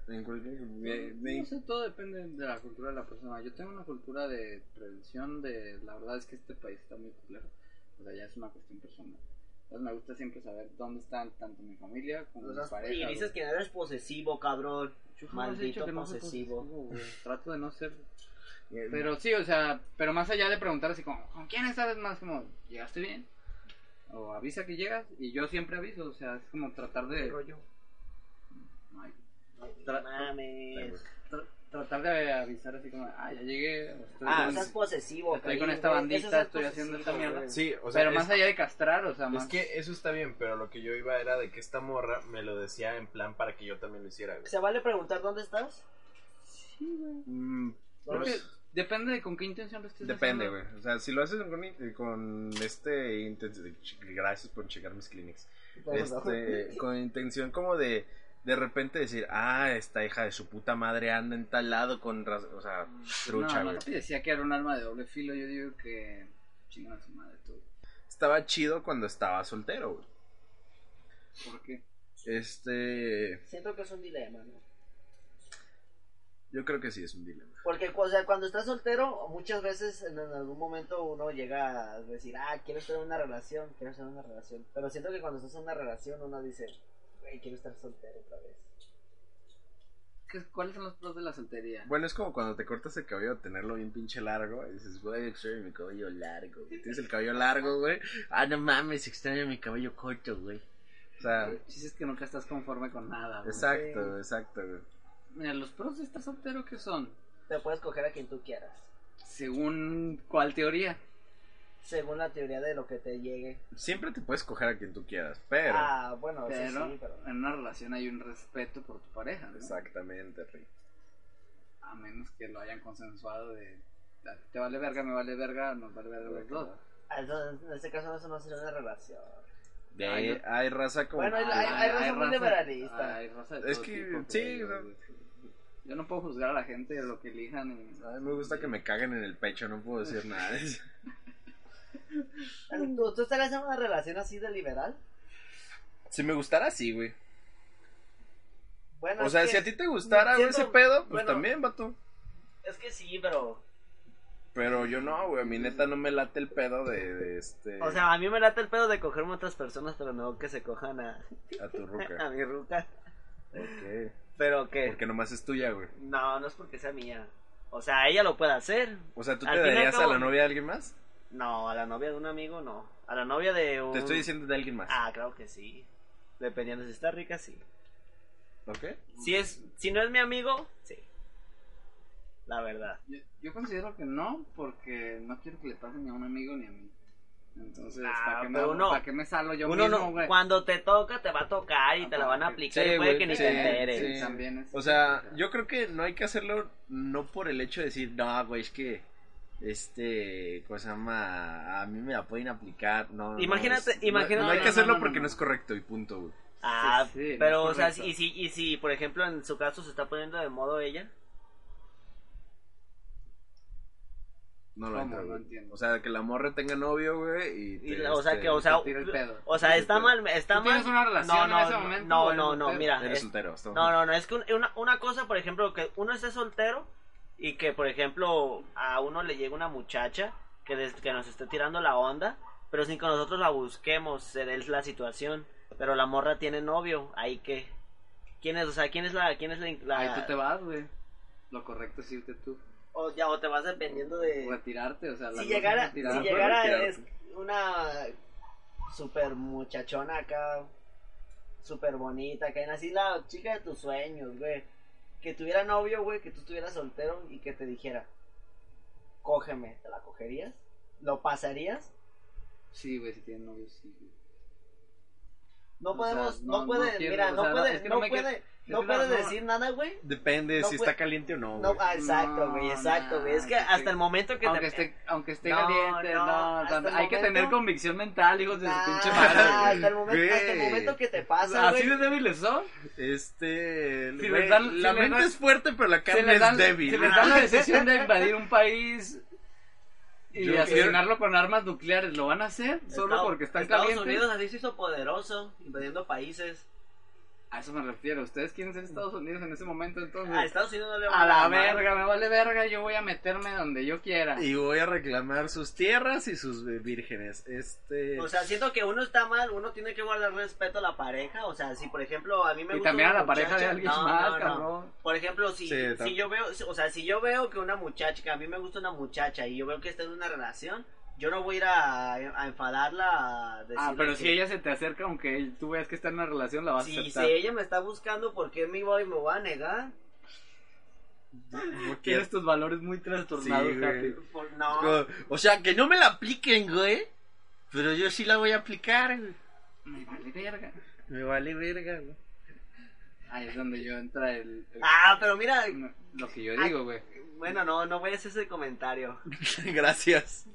C: güey.
E: En cualquier
D: Eh, No sé, todo depende de la cultura de la persona. Yo tengo una cultura de prevención de... La verdad es que este país está muy complejo. O sea, ya es una cuestión personal. Entonces me gusta siempre saber dónde están tanto mi familia como
C: O
D: mi
C: sea,
D: pareja.
C: y dices
D: güey.
C: que no eres posesivo, cabrón.
D: Yo jamás he dicho
C: Maldito
D: que no soy
C: posesivo.
D: güey. Trato de no ser...
E: Pero
D: Pero sí, o sea, pero más allá de preguntar así como, ¿con quién estás? Es más como, ¿llegaste bien? O avisa que llegas. Y yo siempre aviso, o sea, es como tratar de...
C: rollo?
D: Ay,
C: No mames.
D: tra- tratar de avisar así como, ah, ya llegué. o estoy
C: Ah,
D: con-
C: estás posesivo,
D: estoy con
C: Caín,
D: esta
C: güey.
D: bandita,
C: Eso es
D: estoy haciendo esta
C: posesivo,
D: mierda.
C: güey.
F: Sí, o sea,
D: pero
F: es-
D: más allá de castrar, o sea, más...
F: Es que eso está bien, pero lo que yo iba era de que esta morra me lo decía en plan para que yo también lo hiciera, güey.
C: ¿Se vale preguntar dónde estás?
D: Sí, güey.
E: Mm,
D: Creo
E: pues,
D: que depende de con qué intención lo estés
E: depende,
D: haciendo.
E: güey. O sea, si lo haces con, in- con este. inten- Gracias por checar mis clinics. Este, [LAUGHS] con intención como de de repente decir, ah, esta hija de su puta madre anda en tal lado con, raz- o sea, trucha,
D: No, no
E: güey.
D: te decía que era un arma de doble filo, yo digo que chingan a su madre todo.
E: Estaba chido cuando estaba soltero, güey.
D: ¿Por qué?
E: Este,
C: Siento que es un dilema, ¿no?
E: yo creo que sí es un dilema.
C: Porque o sea, cuando estás soltero, muchas veces en en algún momento uno llega a decir, ah, quiero estar en una relación, quiero estar en una relación. Pero siento que cuando estás en una relación uno dice, güey, quiero estar soltero otra vez.
D: ¿Qué- ¿Cuáles son los pros de la soltería?
E: Bueno, es como cuando te cortas el cabello, tenerlo bien pinche largo, y dices, güey, extraño mi cabello largo, güey. Tienes el cabello largo, güey. Ah, no mames, extraño mi cabello corto, güey. O sea,
D: El chiste es que nunca estás conforme con nada, güey.
E: exacto, exacto, güey.
D: Mira, los pros de estar soltero, ¿qué son?
C: Te puedes coger a quien tú quieras,
D: Según cuál teoría.
C: según la teoría de lo que te llegue.
E: Siempre te puedes coger a quien tú quieras, pero...
C: ah, bueno, eso
D: Pero
C: sí, pero...
D: en una relación hay un respeto por tu pareja, ¿no?
E: Exactamente, Rick.
D: A menos que lo hayan consensuado de... "A ti Te vale verga, me vale verga, nos vale verga los dos.
C: Ah, entonces, en este caso eso no sería una relación.
E: De
D: Ay,
E: Ah, ahí, hay raza como...
C: Bueno, hay- hay- raza muy liberalista.
D: hay raza de
E: Es
D: todo
E: que,
D: tipo,
E: sí,
D: creo yo,
E: o sea.
D: güey. Yo no puedo juzgar a la gente de lo que elijan. y-
E: Ay, me gusta que me caguen en el pecho, no puedo decir nada.
C: ¿Tú, tú estarías en una relación así de liberal?
E: [LAUGHS] si me gustara, sí, güey.
C: Bueno,
E: O
C: es
E: sea,
C: que-
E: si a ti te gustara, güey, ese
C: siento-
E: pedo, pues
C: bueno,
E: también, vato.
C: Es que sí, pero...
E: Pero yo no, güey, a mi neta no me late el pedo de, de este...
C: O sea, a mí me late el pedo de cogerme a otras personas, pero no que se cojan a,
E: a
C: [LAUGHS]
E: tu
C: a
E: ruca.
C: mi ruca.
E: ¿Por qué?
C: Pero que...
E: Porque nomás es tuya, güey.
C: No, no es porque sea mía. O sea, ella lo puede hacer.
E: O sea, ¿tú
C: Al
E: te
C: fin y al
E: darías a
C: cabo-
E: la novia de alguien más?
C: No, a la novia de un amigo no. A la novia de un...
E: Te estoy diciendo de alguien más.
C: Ah, claro que sí. Dependiendo si está rica, sí.
E: ¿Ok?
C: Si es... Si no es mi amigo, sí. La verdad.
D: Yo, yo considero que no, porque no quiero que le pase ni a un amigo ni a mí. Entonces,
C: Ah,
D: ¿para qué, me,
C: pero
D: hago-
C: uno-
D: ¿para qué me salgo yo
C: Uno
D: mismo,
C: no,
D: güey?
C: cuando te toca te va a tocar y
D: Ah,
C: te la van a
D: porque-
C: aplicar
E: Sí,
C: y puede
E: güey,
C: que ni
E: sí,
C: te
D: Sí,
C: enteres.
D: también es-
E: O sea, yo creo que no hay que hacerlo no por el hecho de decir, no, güey, es que este, ¿cómo se llama? A mí me la pueden aplicar. No, no,
C: Imagínate-
E: es- no,
C: imagínate-
E: No, hay
C: no,
E: que
C: no,
E: hacerlo
D: no, no,
E: porque
D: no.
E: no es correcto y punto, güey.
C: Ah,
D: Sí, sí, no
C: pero,
D: es
C: o sea,
D: correcto.
C: y si, y si, por ejemplo, en su caso se está poniendo de modo ella,
E: No lo
D: ¿Cómo?
E: entro,
D: No
E: güey.
D: entiendo.
E: O sea, que la morra tenga novio, güey, y...
C: y,
E: te-
C: la- o sea,
E: este,
C: que, o sea,
D: te tira el pedo.
C: o
E: Te
C: sea,
E: tira
C: está
E: el
C: mal, está
D: ¿Tú tienes
C: mal.
D: una relación
C: No,
D: en
C: no,
D: ese
C: no,
D: momento?
C: no,
D: o eres
C: no, no,
D: soltero?
C: mira,
E: Eres
C: es-
E: soltero. estamos
C: no, no, no, es que un- una, una cosa, por ejemplo, que uno esté soltero y que, por ejemplo, a uno le llega una muchacha que, des- que nos esté tirando la onda, pero sin que nosotros la busquemos, se dé la situación, pero la morra tiene novio, ahí que... ¿Quién es, o sea, quién es la, quién es la, la-
D: Ahí tú te vas, güey. Lo correcto es irte tú.
C: o ya, o te vas dependiendo de...
D: Retirarte, o sea, la
C: si
D: cosa es
C: llegara, si
D: retirarte.
E: retirada,
C: llegara
E: retirada.
C: es una super muchachona acá, super bonita, que era así la chica de tus sueños, güey. Que tuviera novio, güey, que tú estuvieras soltero y que te dijera, cógeme, ¿te la cogerías? ¿Lo pasarías?
D: Sí, güey, si tienen novio, sí. güey.
C: No
D: O
C: podemos,
D: sea,
C: no,
D: no-
C: puede,
D: no quiero,
C: mira,
D: o
C: no
D: sea,
C: puede,
D: es que
C: no,
D: no me
C: puede,
D: quiero- que
C: no
D: no,
C: puede
D: no.
C: decir nada, güey.
E: Depende
C: No,
E: si
C: pues-
E: está caliente o no,
C: No,
E: güey.
C: ah, exacto,
D: No,
C: güey, exacto, güey. Es que
D: no,
C: hasta
D: sí.
C: el momento que
D: aunque
C: te- [LAUGHS]
D: esté, aunque esté
C: No,
D: caliente,
C: no,
D: no, o sea,
C: hasta el
D: hay que tener
C: momento- Ah,
D: convicción mental, hijos de su
C: Nah,
D: pinche madre.
C: hasta el momento, hasta el
E: Güey.
C: momento que te pasa,
D: Así
C: güey.
D: de débiles son.
E: Este...
D: Si
E: güey,
D: les dan-
E: la
D: si les
E: mente
D: dan-
E: es fuerte, pero la
D: Si
E: carne
D: les dan,
E: es débil.
D: si les
C: [LAUGHS]
D: dan la decisión de invadir un país y
E: Yo
D: asesinarlo con armas nucleares, ¿lo van a hacer? Solo
C: Estado-
D: porque están
C: Estados
D: calientes.
C: Unidos así se hizo poderoso, invadiendo países.
D: A eso me refiero. ¿Ustedes quieren ser Estados Unidos en ese momento entonces?
C: A Estados Unidos no le va
D: A la verga, me vale verga, yo voy a meterme donde yo quiera.
E: Y voy a reclamar sus tierras y sus eh, vírgenes. Este.
C: O sea, siento que uno está mal, uno tiene que guardar respeto a la pareja. O sea, si por ejemplo a mí me
D: Y
C: gusta
D: también a
C: una
D: la pareja de
C: muchacha-
D: alguien
C: no,
D: más,
C: no, no.
D: cabrón.
C: Por ejemplo, si,
E: Sí, tam-
C: si yo veo, o sea, si yo veo que una muchacha, que a mí me gusta una muchacha y yo veo que está en una relación, yo no voy a ir a, a enfadarla. A
D: Ah,
C: decirle
D: pero
C: que-
D: si ella se te acerca, aunque tú veas que está en una relación, la vas a
C: Si, si
D: aceptar.
C: ella me está buscando, ¿por qué mi boy me va a negar?
E: porque-
D: Tienes tus valores muy trastornados,
E: Sí, güey.
D: Happy.
C: Por- no.
E: Como, O sea, que no me la apliquen, güey. Pero yo sí la voy a aplicar, güey.
D: Me vale verga.
E: Me vale verga, güey. [LAUGHS]
D: Ahí es donde yo entra el, el-
C: Ah, pero mira,
D: lo que yo digo, güey.
C: bueno, no, no voy a hacer ese comentario.
E: Gracias.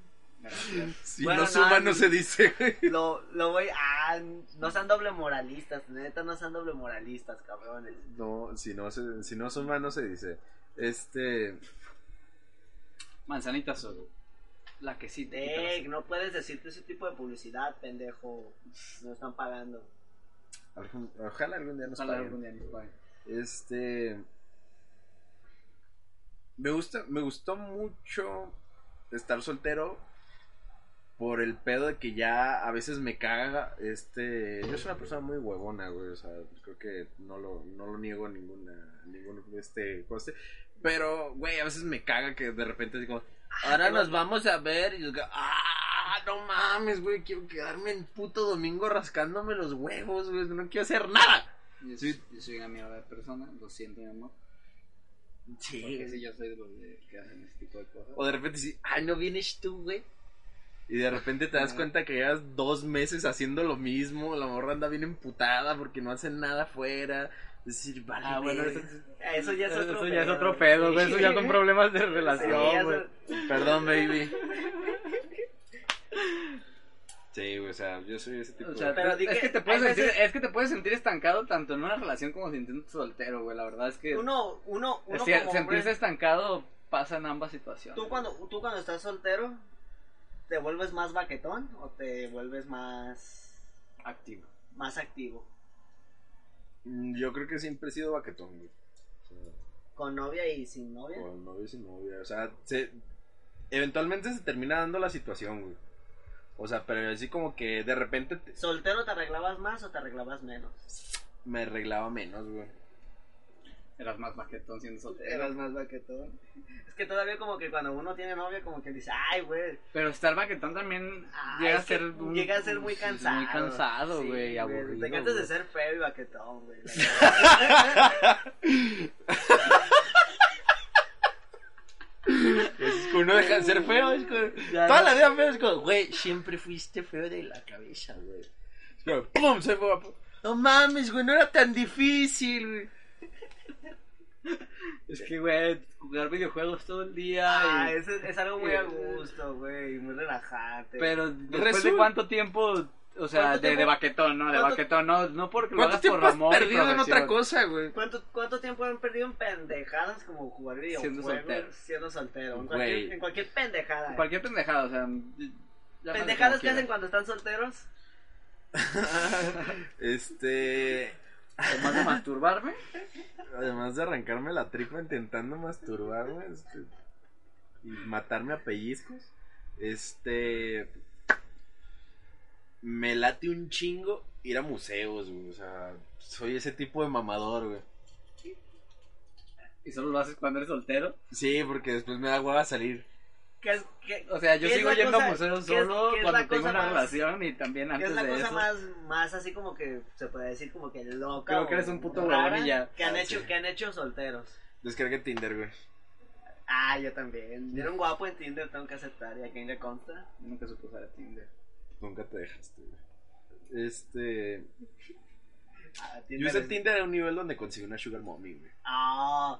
D: Gracias.
E: Si
C: Bueno,
E: no suma,
C: nada,
E: no
C: no-
E: se dice, güey.
C: Lo, lo voy ah, no sean doble moralistas, neta, no sean doble moralistas, cabrones.
E: No, si no, se- si no suma, no se dice. Este.
D: Manzanita solo. La que sí te quita la
C: Dec, no puedes decirte ese tipo de publicidad, pendejo. No están pagando.
E: algún- Ojalá algún día nos
D: sal. Ojalá
E: paguen.
D: algún día nos paguen.
E: Este. Me gusta, me gustó mucho estar soltero por el pedo de que ya a veces me caga. Este. Yo soy una persona muy huevona, güey. O sea, creo que no lo, no lo niego ninguna. ningún este coste. Pero, güey, a veces me caga que de repente digo. Ahora nos vamos a ver y digo, ah, no mames, güey, quiero quedarme el puto domingo rascándome los huevos, güey, no quiero hacer nada.
D: Yo,
E: Sí.
D: yo soy una mierda de persona, lo siento, mi amor.
E: Sí,
D: Porque si yo soy de los de- que hacen ese tipo de cosas.
E: O de repente sí, ay, no vienes tú, güey. Y de repente te das
D: Ajá.
E: cuenta que llevas dos meses haciendo lo mismo. La morra anda bien emputada porque no hacen nada afuera. Es decir, vale,
D: Ah, bueno,
E: verga.
D: eso,
C: Eso ya es
D: eso
C: otro
D: ya es
C: pedo.
D: otro pedo, güey, Eso ya son problemas de
C: Sí, ya
D: relación, güey.
C: son-
E: Perdón, baby. Sí, güey, o sea, yo soy ese tipo
D: O sea,
E: de...
C: Pero di
D: es,
C: que-
D: que te
C: hay
D: puedes sentir,
C: veces-
D: es que te puedes sentir estancado tanto en una relación como sintiéndote soltero, güey. La verdad es que
C: Uno, uno, uno
D: se-
C: como hombre,
D: sentirse estancado pasa en ambas situaciones.
C: tú cuando, tú cuando estás soltero, ¿te vuelves más baquetón o te vuelves más,
D: Activo.
C: más activo?
E: Mm, Yo creo que siempre he sido baquetón, güey. O sea,
C: ¿Con novia y sin novia?
E: Con novia sin novia. O sea, se- eventualmente se termina dando la situación, güey. O sea, pero así como que de repente te-
C: ¿Soltero te arreglabas más o te arreglabas menos?
E: me arreglaba menos, güey.
D: Eras más maquetón siendo soltero.
C: Eras más baquetón. Es que todavía como que cuando uno tiene novia como que dice, ay, güey.
D: Pero estar maquetón también
C: Ah,
D: llega a
C: es que
D: ser un-
C: llega a ser muy
D: sí,
C: cansado.
D: Muy cansado,
C: Sí,
D: güey, aburrido.
C: Te cansas de
D: güey.
C: ser feo y baquetón, güey. la
E: Es que uno deja de ser feo, es como-
D: Ya,
E: Toda
D: no.
E: la vida feo es como, güey, siempre fuiste feo de la cabeza, güey. Es como, ¡Pum! Soy guapo. No mames, güey, no era tan difícil, güey.
D: Es que, güey, jugar videojuegos todo el día.
C: Ah,
D: y-
C: es, es algo muy a gusto, güey, muy relajante.
D: Pero después de
E: Resulta-
D: cuánto tiempo, o sea,
C: ¿Cuánto
D: de, de
C: tiempo-
D: baquetón, ¿no? De
C: cuánto-
D: baquetón, no, no porque lo
E: ¿Cuánto
D: hagas
E: tiempo
D: por
E: has
D: amor. y
E: perdido en otra
D: profesión.
E: cosa, güey?
C: ¿Cuánto, ¿Cuánto tiempo han perdido en pendejadas como jugar videojuegos?
D: soltero.
C: Siendo soltero. En
E: Güey.
C: cualquier, en cualquier pendejada. eh.
D: Cualquier pendejada, o sea. llámale
C: Pendejadas
D: como
C: que hacen
D: quieras.
C: cuando están solteros.
D: [LAUGHS]
E: Este.
D: Además de masturbarme.
E: Además de arrancarme la tripa intentando masturbarme este, y matarme a pellizcos, este. Me late un chingo ir a museos, güey. O sea, soy ese tipo de mamador, güey.
D: Y solo lo haces cuando eres soltero.
E: Sí, porque después me da hueva salir.
C: ¿Qué es, qué,
D: O sea, yo
C: ¿Qué es
D: sigo
C: la
D: yendo a
C: cosa-
D: museos
C: qué es-
D: solo
C: qué es
D: cuando
C: la
D: tengo
C: cosa
D: una
C: más-
D: relación y también
C: qué
D: antes
C: es la
D: de
C: cosa
D: eso.
C: más, más así como que se puede decir como que loca?
D: Creo que
C: o
D: eres un puto
C: rara
D: huevón y ya.
C: Que han,
E: Ah,
C: hecho,
E: sí.
C: que han hecho solteros.
E: Descargué Tinder, güey.
C: Ah, yo también. Yo era un guapo en Tinder, tengo que aceptar. ¿Y a quién le consta?
D: Nunca supe usar Tinder.
E: Nunca te dejaste, güey. Este.
C: Ah,
E: Yo usé
C: es-
E: Tinder a un nivel donde conseguí una Sugar Mommy, güey.
C: Ah,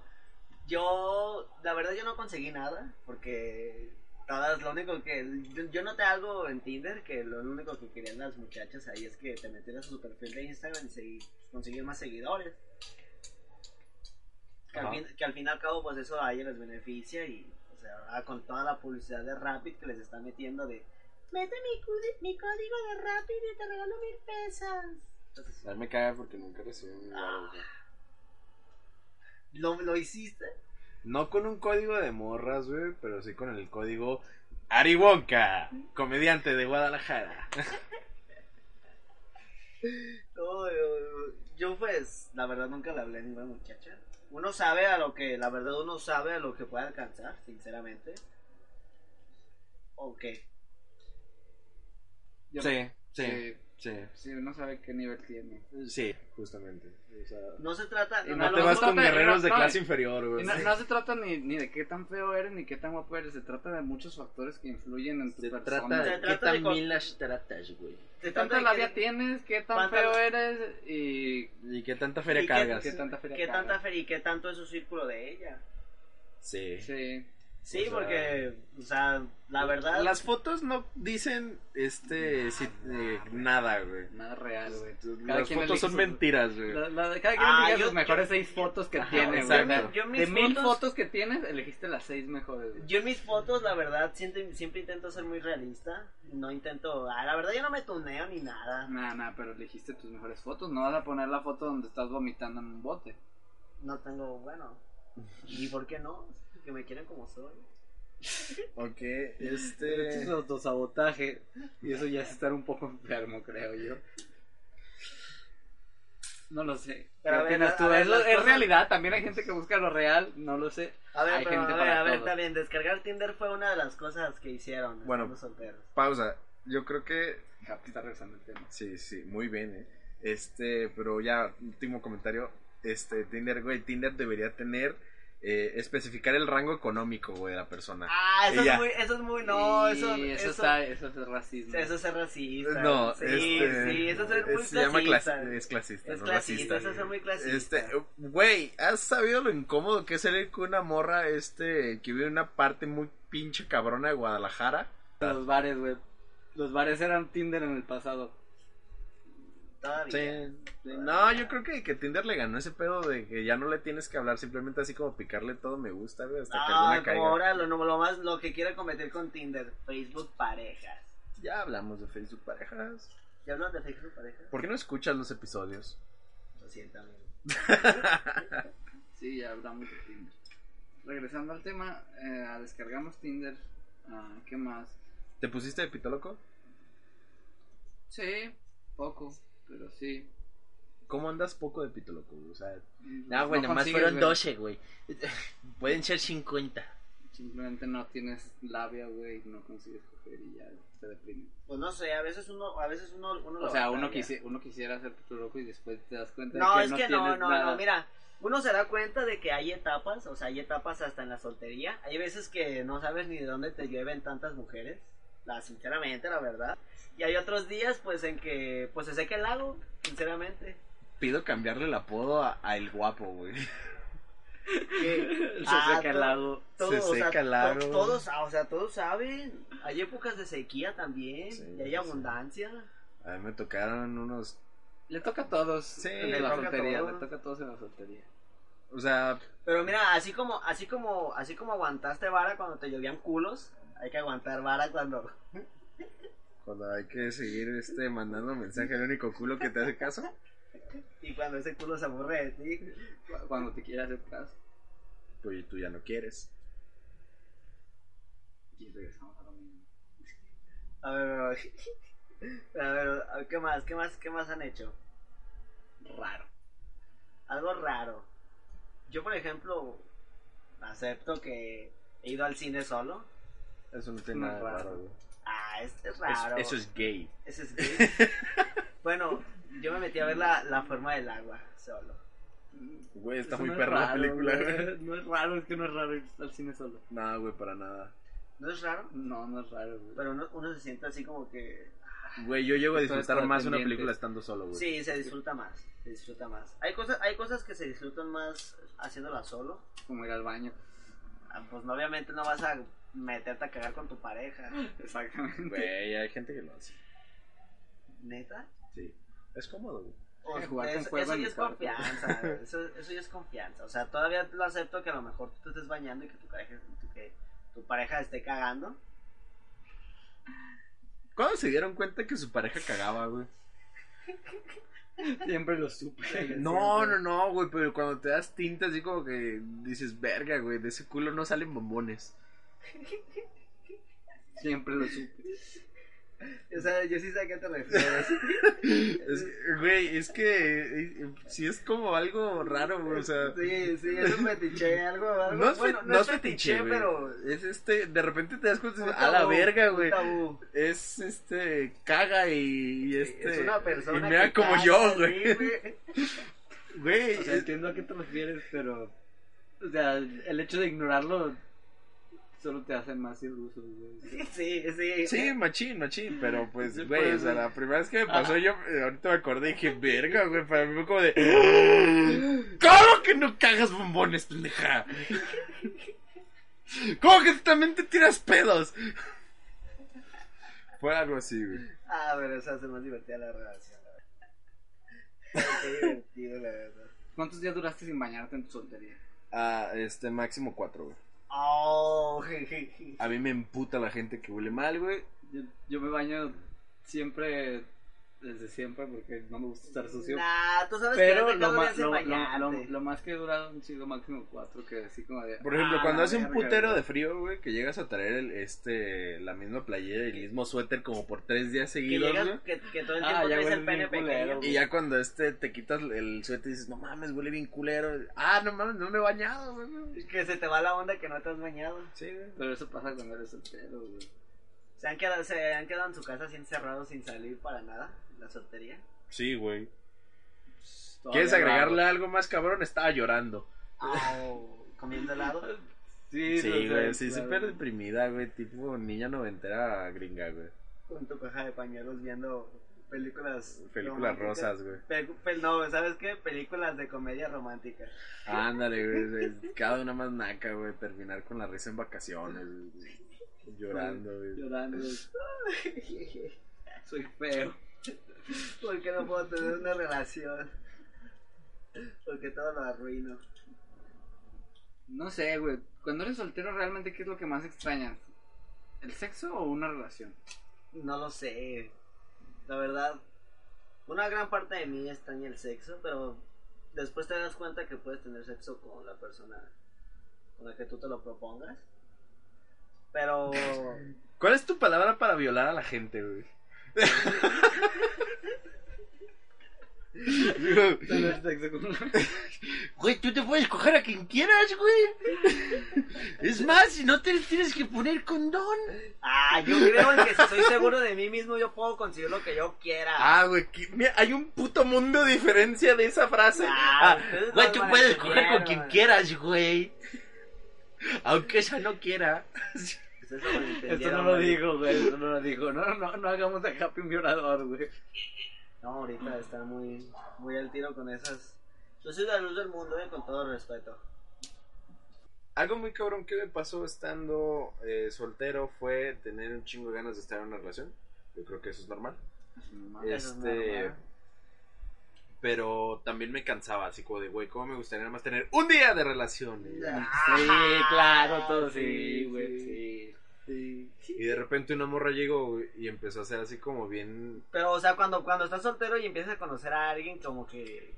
C: yo, la verdad yo no conseguí nada, porque todas, lo único que, yo, yo noté algo en Tinder, que lo único que querían las muchachas ahí es que te metieras a su perfil de Instagram y segui- conseguir más seguidores. Que al,
E: Ajá.
C: fin, que al fin y al cabo, pues eso a ellos les beneficia y, o sea, ahora con toda la publicidad de Rapid que les está metiendo de, mete mi, cu- mi código de Rapid y te regalo mil pesas.
F: A mí me caga porque nunca recibí un varo, güey.
C: ¿Lo, lo hiciste?
F: No con un código de morras, güey, pero sí con el código Aribonca, comediante de Guadalajara.
C: No, yo, yo, pues, la verdad nunca le hablé a ninguna muchacha. Uno sabe a lo que, la verdad uno sabe a lo que puede alcanzar, sinceramente. Ok.
D: Yo-
F: Sí, sí,
D: que- pues,
F: sí.
D: Sí, uno sabe qué nivel tiene.
F: Sí, justamente. O sea,
C: No se trata...
D: Y
F: no
D: no
F: te
D: lo-
F: vas
D: no
F: con
D: te-
F: guerreros de
D: no,
F: clase
D: y-
F: inferior,
D: Y
E: Pues
F: güey.
D: no, no se trata ni, ni de qué tan feo eres ni qué tan guapo eres, se trata de muchos factores que influyen en tu
E: Se
D: persona.
E: trata de
C: Se
E: qué
C: trata de
E: tan
C: co-
E: bien las tratas, güey.
C: se
D: ¿Qué
C: trata
D: tanta
C: de
D: labia
C: que-
D: tienes? ¿Qué tan
C: ¿Cuánta-
D: feo eres? ¿Y
E: Y qué tanta feria
C: ¿Y qué-
E: cargas.
D: qué tanta feria
C: ¿Qué
D: cargas?
C: tanta feria y qué tanto es su círculo de ella?
E: Sí.
D: Sí.
C: Sí,
E: O sea-
C: porque, o sea, la verdad...
E: Las fotos no dicen este si- eh, nada, güey.
D: Nada real, güey. Cada
E: Las
D: quien
E: fotos
D: elige
E: son
D: sus-
E: mentiras, güey.
D: La, la de cada quien
C: Ah,
D: elige
C: yo-
D: sus mejores
C: yo-
D: seis fotos que
C: Ajá,
D: tiene,
E: exacto.
D: güey. O sea,
C: Yo en mis
D: de mil
C: fotos-
D: fotos que tienes, elegiste las seis mejores. güey.
C: Yo en mis fotos, la verdad, siempre, siempre intento ser muy realista. No intento... Ah, la verdad, yo no me tuneo ni nada.
D: Nah, nah, pero elegiste tus mejores fotos. No vas a poner la foto donde estás vomitando en un bote.
C: No tengo, bueno. ¿Y por qué no? Que me quieren como soy.
E: Ok,
D: Eso es
E: este.
D: autosabotaje. Y eso ya es estar un poco enfermo, creo yo. No lo sé.
C: Pero a
D: ¿Qué
C: ver,
D: opinas
C: a-
D: tú?
C: a ver,
D: es,
C: las
D: es
C: cosas-
D: realidad. También hay gente que busca lo real. No lo sé.
C: A ver,
D: Hay
C: pero,
D: gente
C: a ver,
D: para
C: a ver,
D: todo.
C: está bien. Descargar Tinder fue una de las cosas que hicieron.
E: Bueno.
C: estando solteros.
E: Pausa. Yo creo que.
D: Happy está regresando el tema.
E: Sí, sí, muy bien, eh. Este, pero ya, último comentario. Este, Tinder, güey, Tinder debería tener. eh, especificar el rango económico, güey, de la persona.
C: Ah, eso
E: Y ya.
C: es muy, eso es muy, no,
D: Y
C: eso, eso,
D: eso,
C: eso,
D: está, eso es racismo.
C: es ser racista.
E: No,
C: sí,
E: este,
C: sí, eso es ser muy
E: se llama
C: clasista.
E: clasi- es clasista,
C: Es
E: no
C: clasista,
E: racista.
C: eso es ser muy clasista.
E: Este, güey, ¿has sabido lo incómodo que es salir con una morra este que vive en una parte muy pinche cabrona de Guadalajara?
D: Los bares, güey. Los bares eran Tinder en el pasado.
C: Todavía.
E: No, yo creo que, que Tinder le ganó ese pedo de que ya no le tienes que hablar, simplemente así como picarle todo me gusta, güey, hasta que
C: Ah,
E: alguna
C: como
E: caiga.
C: ahora lo, lo más, lo que quiero cometer con Tinder, Facebook parejas.
E: Ya hablamos de Facebook parejas.
C: ¿Ya hablan de Facebook parejas?
E: ¿Por qué no escuchas los episodios?
C: Lo siento, amigo.
D: Sí, ya hablamos de Tinder. Regresando al tema, eh, descargamos Tinder. Ah, ¿Qué más?
E: ¿Te pusiste de pitoloco?
D: Sí, poco, pero sí.
E: ¿Cómo andas poco de pitoloco? güey? O sea,
D: Pues consigues, güey. [LAUGHS]
E: güey. Pueden ser 50.
D: Simplemente no tienes labia, güey, no consigues coger y ya te deprime.
C: Pues no sé, a veces uno, a veces uno, uno
D: O
C: lo
D: sea, uno,
C: batalla.
D: quisi- uno quisiera ser tu loco y después te das cuenta
C: No,
D: de que
C: es
D: no
C: que no,
D: tienes
C: no,
D: nada.
C: no, mira, uno se da cuenta de que hay etapas, o sea, hay etapas hasta en la soltería. Hay veces que no sabes ni de dónde te llueven tantas mujeres, la sinceramente, la verdad. Y hay otros días pues en que pues se seca el lago, sinceramente.
E: Pido cambiarle el apodo a, a el guapo, güey.
D: [LAUGHS] Se
C: Ah,
D: seca el
C: to-
D: lago.
C: todo-
E: Se
C: o sea,
E: seca el
C: to-
E: lago.
C: todos, ah, o sea, todos saben, hay épocas de sequía también
E: Sí,
C: y hay
E: sí.
C: abundancia.
E: A mí me tocaron unos,
D: Le toca a todos
E: Sí,
D: en
E: le
D: la
C: toca a
D: soltería,
C: todos.
D: le toca a todos en la soltería.
E: o sea,
C: Pero mira, así como así como así como aguantaste vara cuando te llovían culos, hay que aguantar vara cuando
E: cuando hay que seguir este mandando mensaje al único culo que te hace caso.
C: y cuando ese culo se aburre de ti.
D: Cu- Cuando te quieras hacer caso.
E: Pues tú ya no quieres.
D: Y regresamos a lo mismo.
C: A ver, a ver. A ver, a ver, ¿qué más? ¿Qué más? ¿Qué más han hecho?
D: Raro.
C: Algo raro. Yo, por ejemplo, acepto que he ido al cine solo.
E: Eso no tiene
D: No,
E: nada de
D: raro.
E: raro, güey.
C: Ah, este es
E: Es-
C: raro.
E: eso es gay.
C: Ese es
E: [LAUGHS]
C: gay. bueno, yo me metí a ver la, la forma del agua solo.
E: Güey, está
D: Eso
E: muy
D: no es
E: perra la
D: raro,
E: película,
D: güey.
E: güey.
D: No es raro, es que no es raro ir al cine solo.
E: No, güey, para nada.
C: ¿No es raro?
D: No, no es raro, güey.
C: Pero uno, uno se siente así como que...
E: Güey, yo llego a
D: Estoy
E: disfrutar más una
D: dependiente.
E: película estando solo, güey.
C: Sí, se disfruta más. Se disfruta más. Hay cosas, hay cosas que se disfrutan más haciéndola solo.
D: Como ir al baño.
C: Ah, Pues no, obviamente no vas a meterte a cagar con tu pareja.
E: [LAUGHS]
D: Exactamente.
E: Güey, hay gente que lo hace.
C: ¿Neta?
E: Sí. Es cómodo, güey.
C: O
D: Eh, jugar
C: sea,
D: con
C: eso,
D: fuego
C: eso
D: en
C: ya
D: el
C: es
D: cuarto.
C: confianza, güey. eso, eso ya es confianza. O sea, todavía lo acepto que a lo mejor tú te estés bañando y que tu pareja, tu- que tu pareja esté cagando.
E: ¿Cuándo se dieron cuenta que su pareja cagaba, güey?
D: Siempre lo supe.
E: No, no, no, güey, pero cuando te das tinta así como que dices, verga, güey, de ese culo no
C: [LAUGHS]
E: salen bombones.
D: Siempre lo supe.
C: O sea, yo sí sé a qué te refieres.
E: Es que, Güey, es que si es como algo raro, güey, [LAUGHS] o sea...
C: Sí, sí, es un fetiche, algo, algo.
E: No es,
C: bueno,
E: fe- no es fetiche, güey.
C: pero
E: Es este, de repente te das cuenta y
C: Un
E: dices, a la
C: tabú,
E: verga,
C: un
E: güey.
C: tabú.
E: Es este, caga y, y este.
C: es una persona.
E: Y mira
C: que
E: como
C: caga,
E: yo,
C: sí,
E: güey. Güey,
G: O sea,
E: es-
G: entiendo a qué te refieres, pero. O sea, el hecho de ignorarlo solo te hace más iluso, güey.
C: Sí, sí.
E: Sí, [LAUGHS] machín, machín, pero pues,
G: Sí,
E: güey,
G: pues,
E: o sea,
G: güey.
E: la primera vez que me pasó, yo eh, ahorita me acordé y [LAUGHS] dije, verga, güey, para mí fue como [LAUGHS] de. ¿Cómo que no cagas bombones, [LAUGHS] pendeja? ¿Cómo que tú también te tiras pedos? Fue algo así, güey.
C: Ah, pero esa hace más divertida la relación. la [LAUGHS] verdad. Qué divertido, la verdad.
D: ¿Cuántos días duraste sin bañarte en tu soltería?
E: Ah, este, máximo cuatro, güey.
C: Oh, jejeje.
E: A mí me emputa la gente que huele mal, güey.
G: Yo, yo me baño siempre, desde siempre, porque no me gusta estar sucio.
C: Nah, tú sabes
G: Pero
C: que
G: lo, ma-
C: más,
G: lo, lo- lo- lo más que he durado han sido máximo cuatro, que así como de...
E: Por ejemplo,
G: "Ah,
E: cuando
G: la
E: hace un
G: verga,
E: putero
G: güey".
E: de frío, güey, que llegas a traer el, este, la misma playera y el mismo suéter como por tres días
C: que,
E: seguidos, güey.
C: llegas, que, que todo el
G: Ah,
C: tiempo
G: ya
C: traes
G: hueles
C: el pene
G: bien culero,
C: pequeño.
G: güey.
E: Y ya cuando este te quitas el suéter y dices, no mames, huele bien culero. Ah, no mames, no me he bañado, güey.
C: Que se te va la onda que no te has bañado.
E: Sí, güey.
G: Pero eso pasa cuando eres soltero, güey.
C: ¿Se han quedado, se han quedado en su casa así encerrados sin salir para nada? ¿La soltería?
E: Sí, güey.
G: Pues, Todavía
E: ¿Quieres agregarle algo más cabrón? Estaba llorando.
C: Oh, comiendo helado.
G: Sí, o sea, claro.
E: deprimida, güey. Tipo niña noventera gringa, güey.
C: Con tu caja de pañuelos viendo películas.
E: Películas
C: románticas.
E: rosas, güey.
C: Pe- pe- no, ¿sabes qué? Películas de comedia romántica.
E: Ándale, güey. es- Cada una más naca, güey. Terminar con la risa en vacaciones, güey. Llorando, güey.
G: Llorando,
D: [LAUGHS]
G: soy feo.
C: ¿Por qué no puedo tener una relación? Porque todo lo arruino.
D: No sé, güey. Cuando eres soltero, realmente, ¿qué es lo que más extrañas? ¿El sexo o una relación?
C: No lo sé. La verdad, una gran parte de mí extraña el sexo, pero después te das cuenta que puedes tener sexo con la persona con la que tú te lo propongas. Pero
E: ¿Cuál es tu palabra para violar a la gente, güey? [LAUGHS] Digo,
G: [LAUGHS] Tener sexo con una-
E: Güey, tú te puedes coger a quien quieras, güey. Es más, si no te tienes que poner condón.
C: Ah, yo creo en que si soy seguro de mí mismo, yo puedo conseguir lo que yo quiera.
E: Ah, güey, que- mira, hay un puto mundo de diferencia de esa frase.
C: Ah,
E: Ah,
C: ustedes
E: güey,
C: no van
E: tú
C: a
E: puedes
C: entender,
E: coger con quien
C: güey.
E: quieras, güey. Aunque ella
F: [LAUGHS]
E: no quiera.
C: Pues eso me
G: Esto
C: entendieron,
G: no lo
C: güey.
G: digo, güey, esto no lo digo. No, no, no hagamos de Happy un violador, güey.
C: No, ahorita está muy, muy al tiro con esas. Yo soy la luz del mundo, eh, con todo respeto.
F: Algo muy cabrón que me pasó estando eh, soltero fue tener un chingo de ganas de estar en una relación. Yo creo que eso es normal.
C: Eso es
F: Este.
C: normal.
F: Pero también me cansaba, así como de, güey, ¿cómo me gustaría nada más tener un día de relaciones?
G: Sí, claro, todo Ah, sí,
D: sí,
G: güey,
D: sí.
G: sí.
F: Y de repente una morra llegó güey, y empezó a ser así como bien.
C: Pero, o sea, cuando, cuando estás soltero y empiezas a conocer a alguien, como que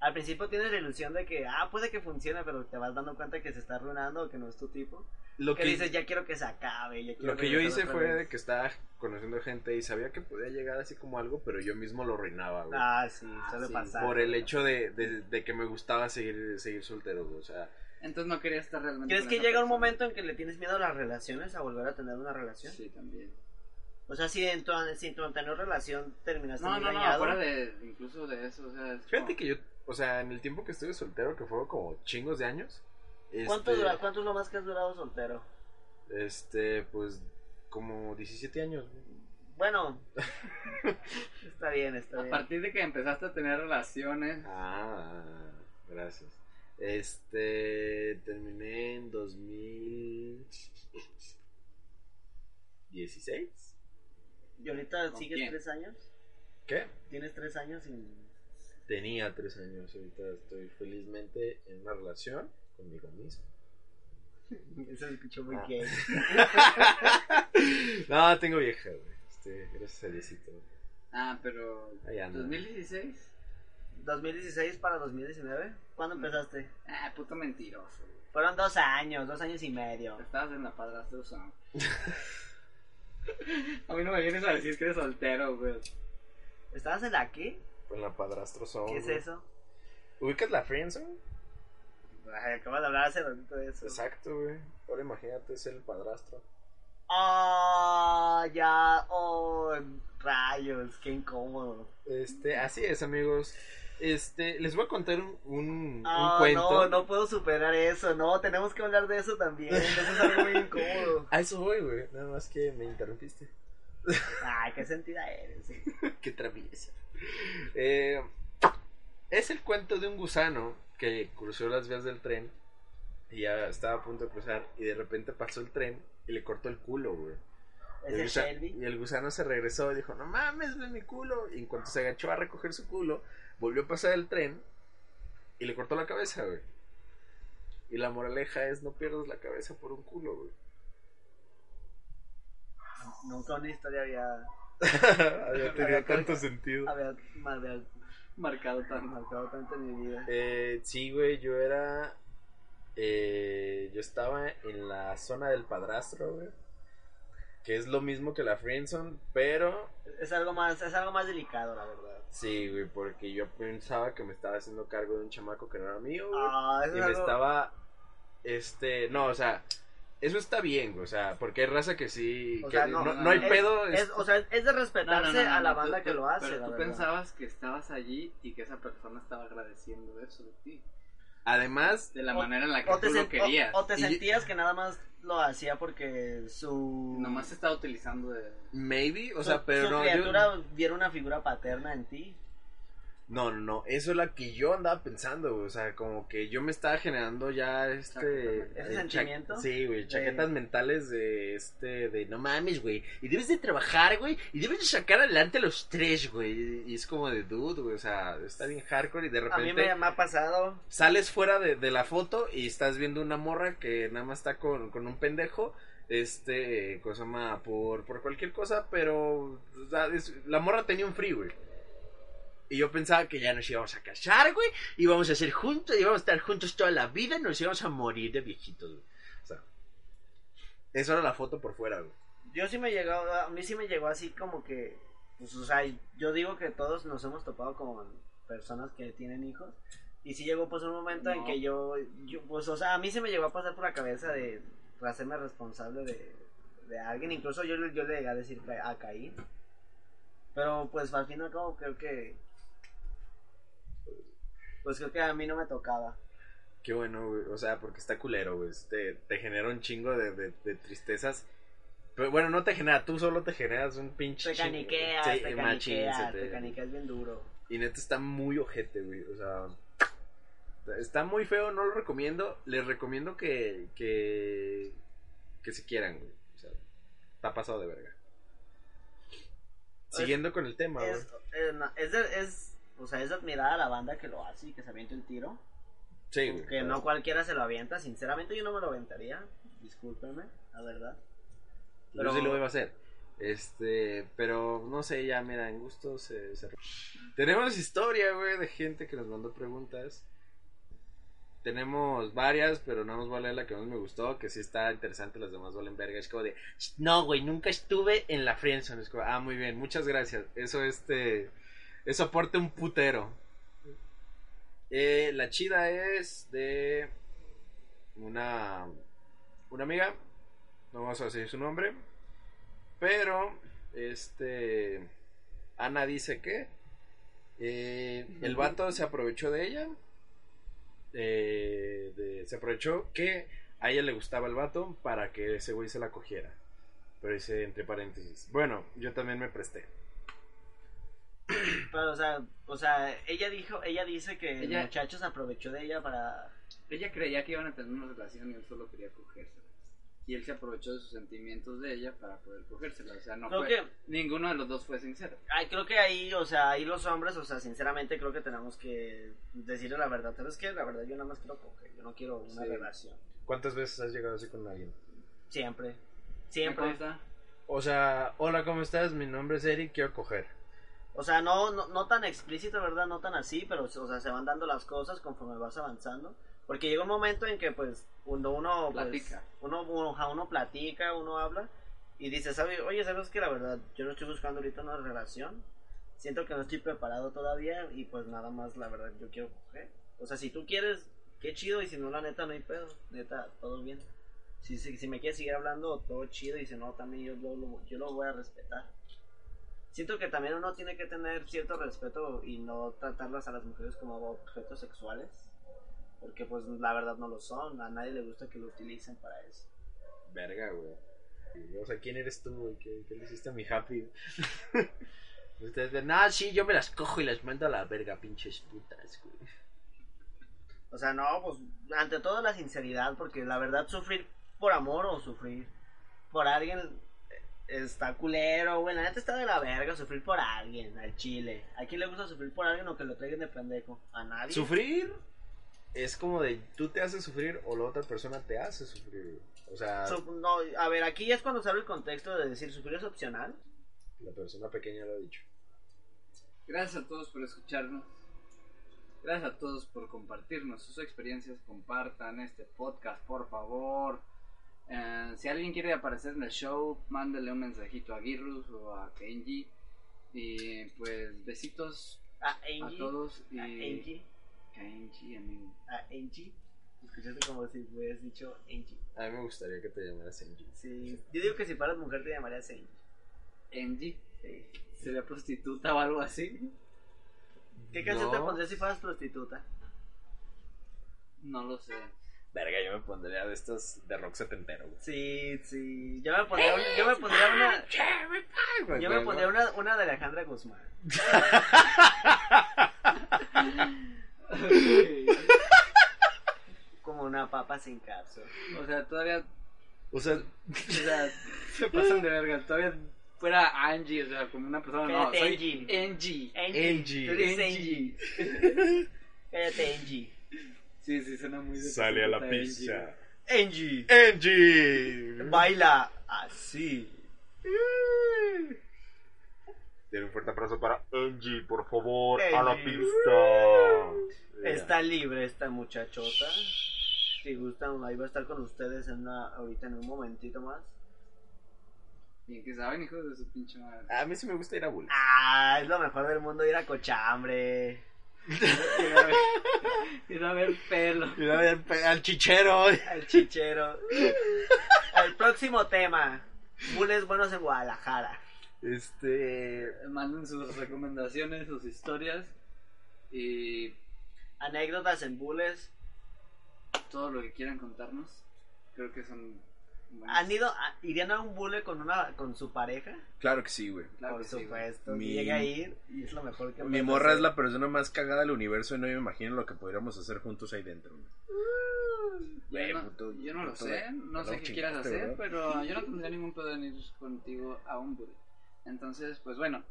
C: al principio tienes la ilusión de que, ah, puede que funcione, pero te vas dando cuenta que se está arruinando o que no es tu tipo.
F: Lo
C: que, dices, ya quiero que se acabe. ya quiero
F: Lo que yo
C: regresar
F: hice
C: otra
F: fue
C: vez".
F: de que estaba conociendo gente y sabía que podía llegar así como algo, pero yo mismo lo reinaba, güey.
C: Ah, sí, suele
D: sí,
C: pasar.
F: por el
C: güey.
F: hecho de, de- de que me gustaba seguir, seguir soltero, güey, o sea.
D: Entonces no quería estar realmente.
C: ¿Crees
D: con
C: que
D: esa
C: llega un
D: persona.
C: momento en que le tienes miedo a las relaciones, a volver a tener una relación?
D: Sí, también.
C: O sea, si en tu, an- si en tu anterior relación terminaste
D: No,
C: muy
D: no, no,
C: dañado.
D: fuera de. Incluso de eso, o sea. es
F: Fíjate
D: como-
F: que yo, o sea, en el tiempo que estuve soltero, que fueron como chingos de años.
C: ¿Cuánto,
F: este,
C: dura- ¿Cuánto es lo más que has durado soltero?
F: Este, pues, como 17 años, güey.
C: Bueno, [LAUGHS] está bien, está
D: A
C: bien.
D: partir de que empezaste a tener relaciones.
F: Ah, gracias. Este, terminé en 2016.
C: ¿Y ahorita
D: ¿Con
C: sigues
D: quién?
C: tres años?
F: ¿Qué?
C: ¿Tienes tres años sin...?
F: Tenía tres años, ahorita estoy felizmente en una relación conmigo mismo.
C: Eso se escuchó muy
F: Ah.
C: gay.
E: [LAUGHS]
F: no, tengo vieja, güey. Este, gracias a Diosito.
D: Ah, pero.
C: Pues
F: Ahí anda.
D: 2016.
C: 2016 para 2019. ¿Cuándo empezaste?
D: Ah, puto mentiroso. güey.
C: Fueron dos años, dos años y medio.
D: Estabas en la padrastrosa. [LAUGHS] a mí no me vienes a decir que eres soltero, güey.
C: ¿Estabas en la qué?
E: Con la padrastro Zone,
C: ¿Qué es
E: güey.
C: eso?
E: ¿Ubicas la Friendzone?
C: Ay, acabas de hablar hace ratito de eso.
E: Exacto, güey. Ahora imagínate es el padrastro.
C: Ah, ya, oh, rayos, qué incómodo.
E: Este, así es, amigos. Este, les voy a contar un, un, un
C: Ah,
E: cuento.
C: no, no puedo superar eso, no, tenemos que hablar de eso también, eso es algo muy incómodo.
E: A eso voy, güey. Nada más que me interrumpiste. [LAUGHS]
C: Ay, qué sentida eres.
E: Qué traviesa. Eh, es el cuento de un gusano que cruzó las vías del tren y ya estaba a punto de cruzar y de repente pasó el tren y le cortó el culo, güey. Y
C: Ese
E: el, gusa-
C: Shelby.
E: y el gusano se regresó y dijo, no mames, ve mi culo. Y en cuanto se agachó a recoger su culo, volvió a pasar el tren y le cortó la cabeza, güey. Y la moraleja es no pierdas la cabeza por un culo, [LAUGHS] güey.
C: Nunca una historia había,
E: Había
C: Había
E: tenido tanto sentido.
C: había, había
H: Marcado tanto.
C: marcado tanto en mi vida.
E: Eh, sí, güey, yo era. eh, yo estaba en la zona del padrastro, güey. Que es lo mismo que la Friendzone, pero.
C: Es algo más, es algo más delicado, la verdad.
E: Sí, güey, porque yo pensaba que me estaba haciendo cargo de un chamaco que no era mío, güey.
C: Ah, eso
E: y
C: es
E: me
C: algo...
E: estaba. Este. No, o sea. Eso está bien, güey. O sea, porque hay raza que sí.
C: O
E: que
C: sea,
E: no,
C: no,
E: no,
D: no,
E: hay
C: es-
E: pedo.
C: es-
E: es-
C: o sea, es de
D: No, no,
C: respetarse
D: no, no,
C: a la
D: no,
C: banda
D: tú-
C: que
D: tú-
C: lo hace,
D: Pero
C: la
D: tú
C: verdad.
D: pensabas que estabas allí y que esa persona estaba agradeciendo eso de ti.
E: Además,
D: De la
C: O-
D: manera en la que
C: O te,
D: tú
C: sen-
D: lo
C: o-
D: querías.
C: o te
E: Y-
C: sentías que nada más lo hacía porque su...
D: Nomás se estaba utilizando de.
E: maybe. O
C: su-
E: sea, pero
C: su
E: no. yo-
C: criatura viera una figura paterna en ti.
E: No, no, no, eso es la que yo andaba pensando, güey, o sea, como que yo me estaba generando ya este...
D: Exactamente.
C: ¿Ese
E: eh, cha-
C: sentimiento?
E: Sí, güey, chaquetas mentales de este, de no mames, güey, y debes de trabajar, güey, y debes de sacar adelante a los tres, güey, y es como de dude, güey, o sea, está bien hardcore y de
C: A
E: repente
C: mí me, me ha pasado.
E: sales fuera de, de la foto y estás viendo una morra que nada más está con, con un pendejo, este, cosa más, por, por cualquier cosa, pero o sea, es- la morra tenía un free, güey. Y yo pensaba que ya nos íbamos a casar, güey, íbamos a ser juntos, íbamos a estar juntos toda la vida, nos íbamos a morir de viejitos, güey. O sea, eso era la foto por fuera, güey.
C: Yo sí me llegó, a mí sí me llegó así como que, pues, o sea, yo digo que todos nos hemos topado con personas que tienen hijos. Y sí llegó pues un momento en
D: No.
C: que yo, yo, pues, o sea, a mí se me llegó a pasar por la cabeza de hacerme responsable de, de alguien. Incluso yo, yo le llegué a decir ca- a Caín. Pero pues al fin y al cabo creo que... Pues creo que a mí no me tocaba.
E: Qué bueno, güey. O sea, porque está culero, güey. Te, te genera un chingo de, de- de tristezas. Pero bueno, no te genera, tú solo te generas un pinche.
C: Te
E: chingo.
C: caniqueas,
E: Sí,
C: te
E: machín,
C: caniqueas,
E: se
C: te
E: te-
C: caniqueas bien duro.
E: Y neta está muy ojete, güey. O sea, está muy feo, no lo recomiendo. Les recomiendo que. que, que se quieran, güey. O sea, está pasado de verga.
C: Es-
E: Siguiendo con el tema, güey.
C: es, eh, no, es, de- es- o sea, es de admirar a la banda que lo hace y que se avienta el tiro.
E: Sí, güey.
C: que
E: o sea,
C: no cualquiera se lo avienta. Sinceramente, yo no me lo aventaría. Discúlpeme, la verdad.
E: Yo
C: pero-
E: sí lo iba a hacer. Este, pero no sé, ya mira, en gusto se, se- Tenemos historia, güey, de gente que nos mandó preguntas. Tenemos varias, pero no nos voy a leer la que más me gustó, que sí está interesante, las demás valen verga. Es como de, no, güey, nunca estuve en la friendzone. Es como, ah, muy bien, muchas gracias. Eso, este, eso aporta un putero. Eh, la chida es de una, una amiga, no vamos a decir su nombre, pero, este, Ana dice que eh, el vato se aprovechó de ella, eh, de- se aprovechó que a ella le gustaba el vato para que ese güey se la cogiera. Pero dice entre paréntesis, bueno, yo también me presté.
C: Pero, o sea, o sea, ella dijo, ella dice que
D: Ella-
C: el muchacho se aprovechó de ella para.
D: Ella creía que iban a tener una relación y él solo quería cogérsela. Y él se aprovechó de sus sentimientos de ella para poder cogérsela. O sea, no
C: Creo
D: fue.
C: que,
D: Ninguno de los dos fue sincero.
C: ay, creo que ahí, o sea, ahí los hombres, o sea, sinceramente creo que tenemos que decirle la verdad. Pero es que la verdad yo nada más quiero coger, yo no quiero una
E: Sí.
C: relación.
E: ¿Cuántas veces has llegado así con alguien?
C: Siempre,
D: ¿Me
C: siempre.
D: consta?
E: O sea, hola, ¿cómo estás? Mi nombre es Eric, quiero coger.
C: O sea, no, no, no tan explícito, ¿verdad? No tan así, pero o sea, se van dando las cosas conforme vas avanzando. Porque llega un momento en que pues cuando uno pues,
D: Platica.
C: uno, uno, ajá, uno platica, uno habla y dice, ¿sabe? oye, ¿sabes que la verdad? Yo no estoy buscando ahorita una relación. Siento que no estoy preparado todavía y pues nada más, la verdad, yo quiero coger. O sea, si tú quieres, qué chido y si no, la neta, no hay pedo. Neta, todo bien. Si, si, si me quieres seguir hablando, todo chido y si no, también yo lo- lo- yo lo voy a respetar. Siento que también uno tiene que tener cierto respeto y no tratarlas a las mujeres como objetos sexuales. Porque pues la verdad no lo son, a nadie le gusta que lo utilicen para eso.
F: Verga, güey. Y, O sea, ¿quién eres tú, güey? ¿Qué, qué le hiciste a mi happy? [LAUGHS] Ustedes ven, ah, sí, yo me las cojo y las mando a la verga, pinches putas, güey.
C: O sea, no, pues ante todo la sinceridad, porque la verdad sufrir por amor o sufrir por alguien eh, está culero, güey. La neta está de la verga sufrir por alguien, al chile. ¿A quién le gusta sufrir por alguien o que lo traigan de pendejo? A nadie.
F: Sufrir es como de tú te haces sufrir o la otra persona te hace sufrir. güey. O sea,
C: Su- no, a ver, aquí es cuando sale el contexto de decir sufrir es opcional.
F: la persona pequeña lo ha dicho.
D: Gracias a todos por escucharnos. Gracias a todos por compartirnos sus experiencias. Compartan este podcast, por favor. Eh, si alguien quiere aparecer en el show, mándale un mensajito a Girrus o a Kenji. Y pues besitos
C: A
D: a
C: Angie.
D: todos. Y
C: A Angie.
D: Kenji, amigo.
C: A Angie. Escuchaste como si hubieras dicho Angie.
F: A mí me gustaría que te llamaras Angie.
C: Sí. Yo digo que si paras mujer te llamarías Angie.
D: Kenji. ¿Sería prostituta o algo así?
C: ¿Qué canción te
F: No.
C: pondrías si fueras prostituta?
D: No lo sé.
F: Verga, yo me pondría de estas de rock setentero, güey.
C: Sí, sí. Yo me pondría una. Yo me pondría una, yo me pondría una, una de Alejandra Guzmán. [LAUGHS] Como una papa sin capso.
D: o sea, todavía
F: O sea,
D: O sea, se pasan de verga. Todavía fuera Angie, o sea, como una persona. No,
C: Cállate,
D: soy
C: Angie.
D: Angie.
F: Angie.
C: Tú eres Angie. Cállate, Angie.
G: Sí, sí, suena muy de
A: Sale a la
G: puta Angie, güey.
A: pizza.
C: Angie.
A: Angie.
C: Baila así.
A: Tiene un fuerte aplauso para Angie, por favor, a la
C: Angie.
A: pista.
C: Está libre esta muchachota. Si gustan, ahí va a estar con ustedes en una, ahorita en un momentito más.
D: Bien que saben, hijos de su pinche madre. [LAUGHS]
F: A mí sí me gusta ir a bullying.
C: Ah, es lo mejor del mundo ir a cochambre.
G: Ir a ver- Ir a ver pelo.
F: Mira, a ver, pe- al chichero.
C: Al chichero. El próximo tema. Bules buenos en Guadalajara.
F: Este.
G: Manden sus recomendaciones, sus historias.
D: Y
C: Anécdotas en bules.
D: todo lo que quieran contarnos, creo que son. buenos.
C: ¿Han ido, a- irían a un bule con una, con su pareja?
E: Claro que sí, güey.
D: Claro
C: Por
D: que sí,
C: supuesto.
E: Mi-
C: Si Llega a ir y es lo mejor que
E: Mi
C: puedes
E: morra es
C: hacer.
E: la persona más cagada del universo y no me imagino lo que podríamos hacer juntos ahí dentro. güey.
D: güey. Mm,
E: Güey,
D: Yo no,
E: puto-
D: yo no lo
E: puto
D: sé,
E: de-
D: no sé
E: perdón,
D: qué quieras
E: chingaste,
D: hacer,
E: ¿verdad?
D: pero yo no tendría ningún pedo en ir contigo a un bule. Entonces, pues bueno,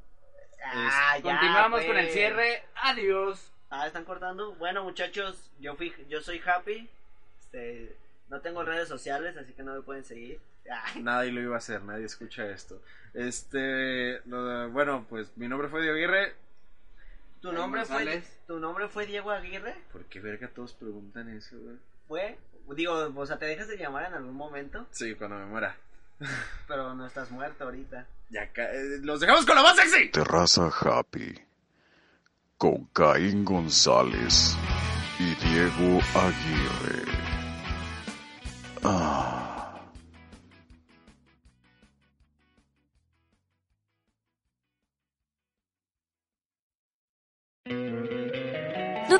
C: Ah, ya,
D: continuamos con
C: pues.
D: el cierre. Adiós.
C: Ah, están cortando. Bueno, muchachos, yo fui, yo soy Happy. Este, no tengo redes sociales, así que no me pueden seguir. Ay,
E: Nadie lo iba a hacer, nadie escucha esto. Este, lo- bueno, pues mi nombre fue Diego Aguirre.
C: ¿Tu
D: Ay,
C: nombre fue
D: González.
C: tu nombre fue Diego Aguirre?
E: ¿Por qué verga todos preguntan eso, güey?
C: Fue, digo, o sea, te dejas de llamar en algún momento,
E: Sí, cuando me muera.
C: pero no estás muerto ahorita.
E: Ya ca- eh, los dejamos con la más sexy.
A: Terraza Happy con Caín González y Diego Aguirre. Ah.
I: ¿No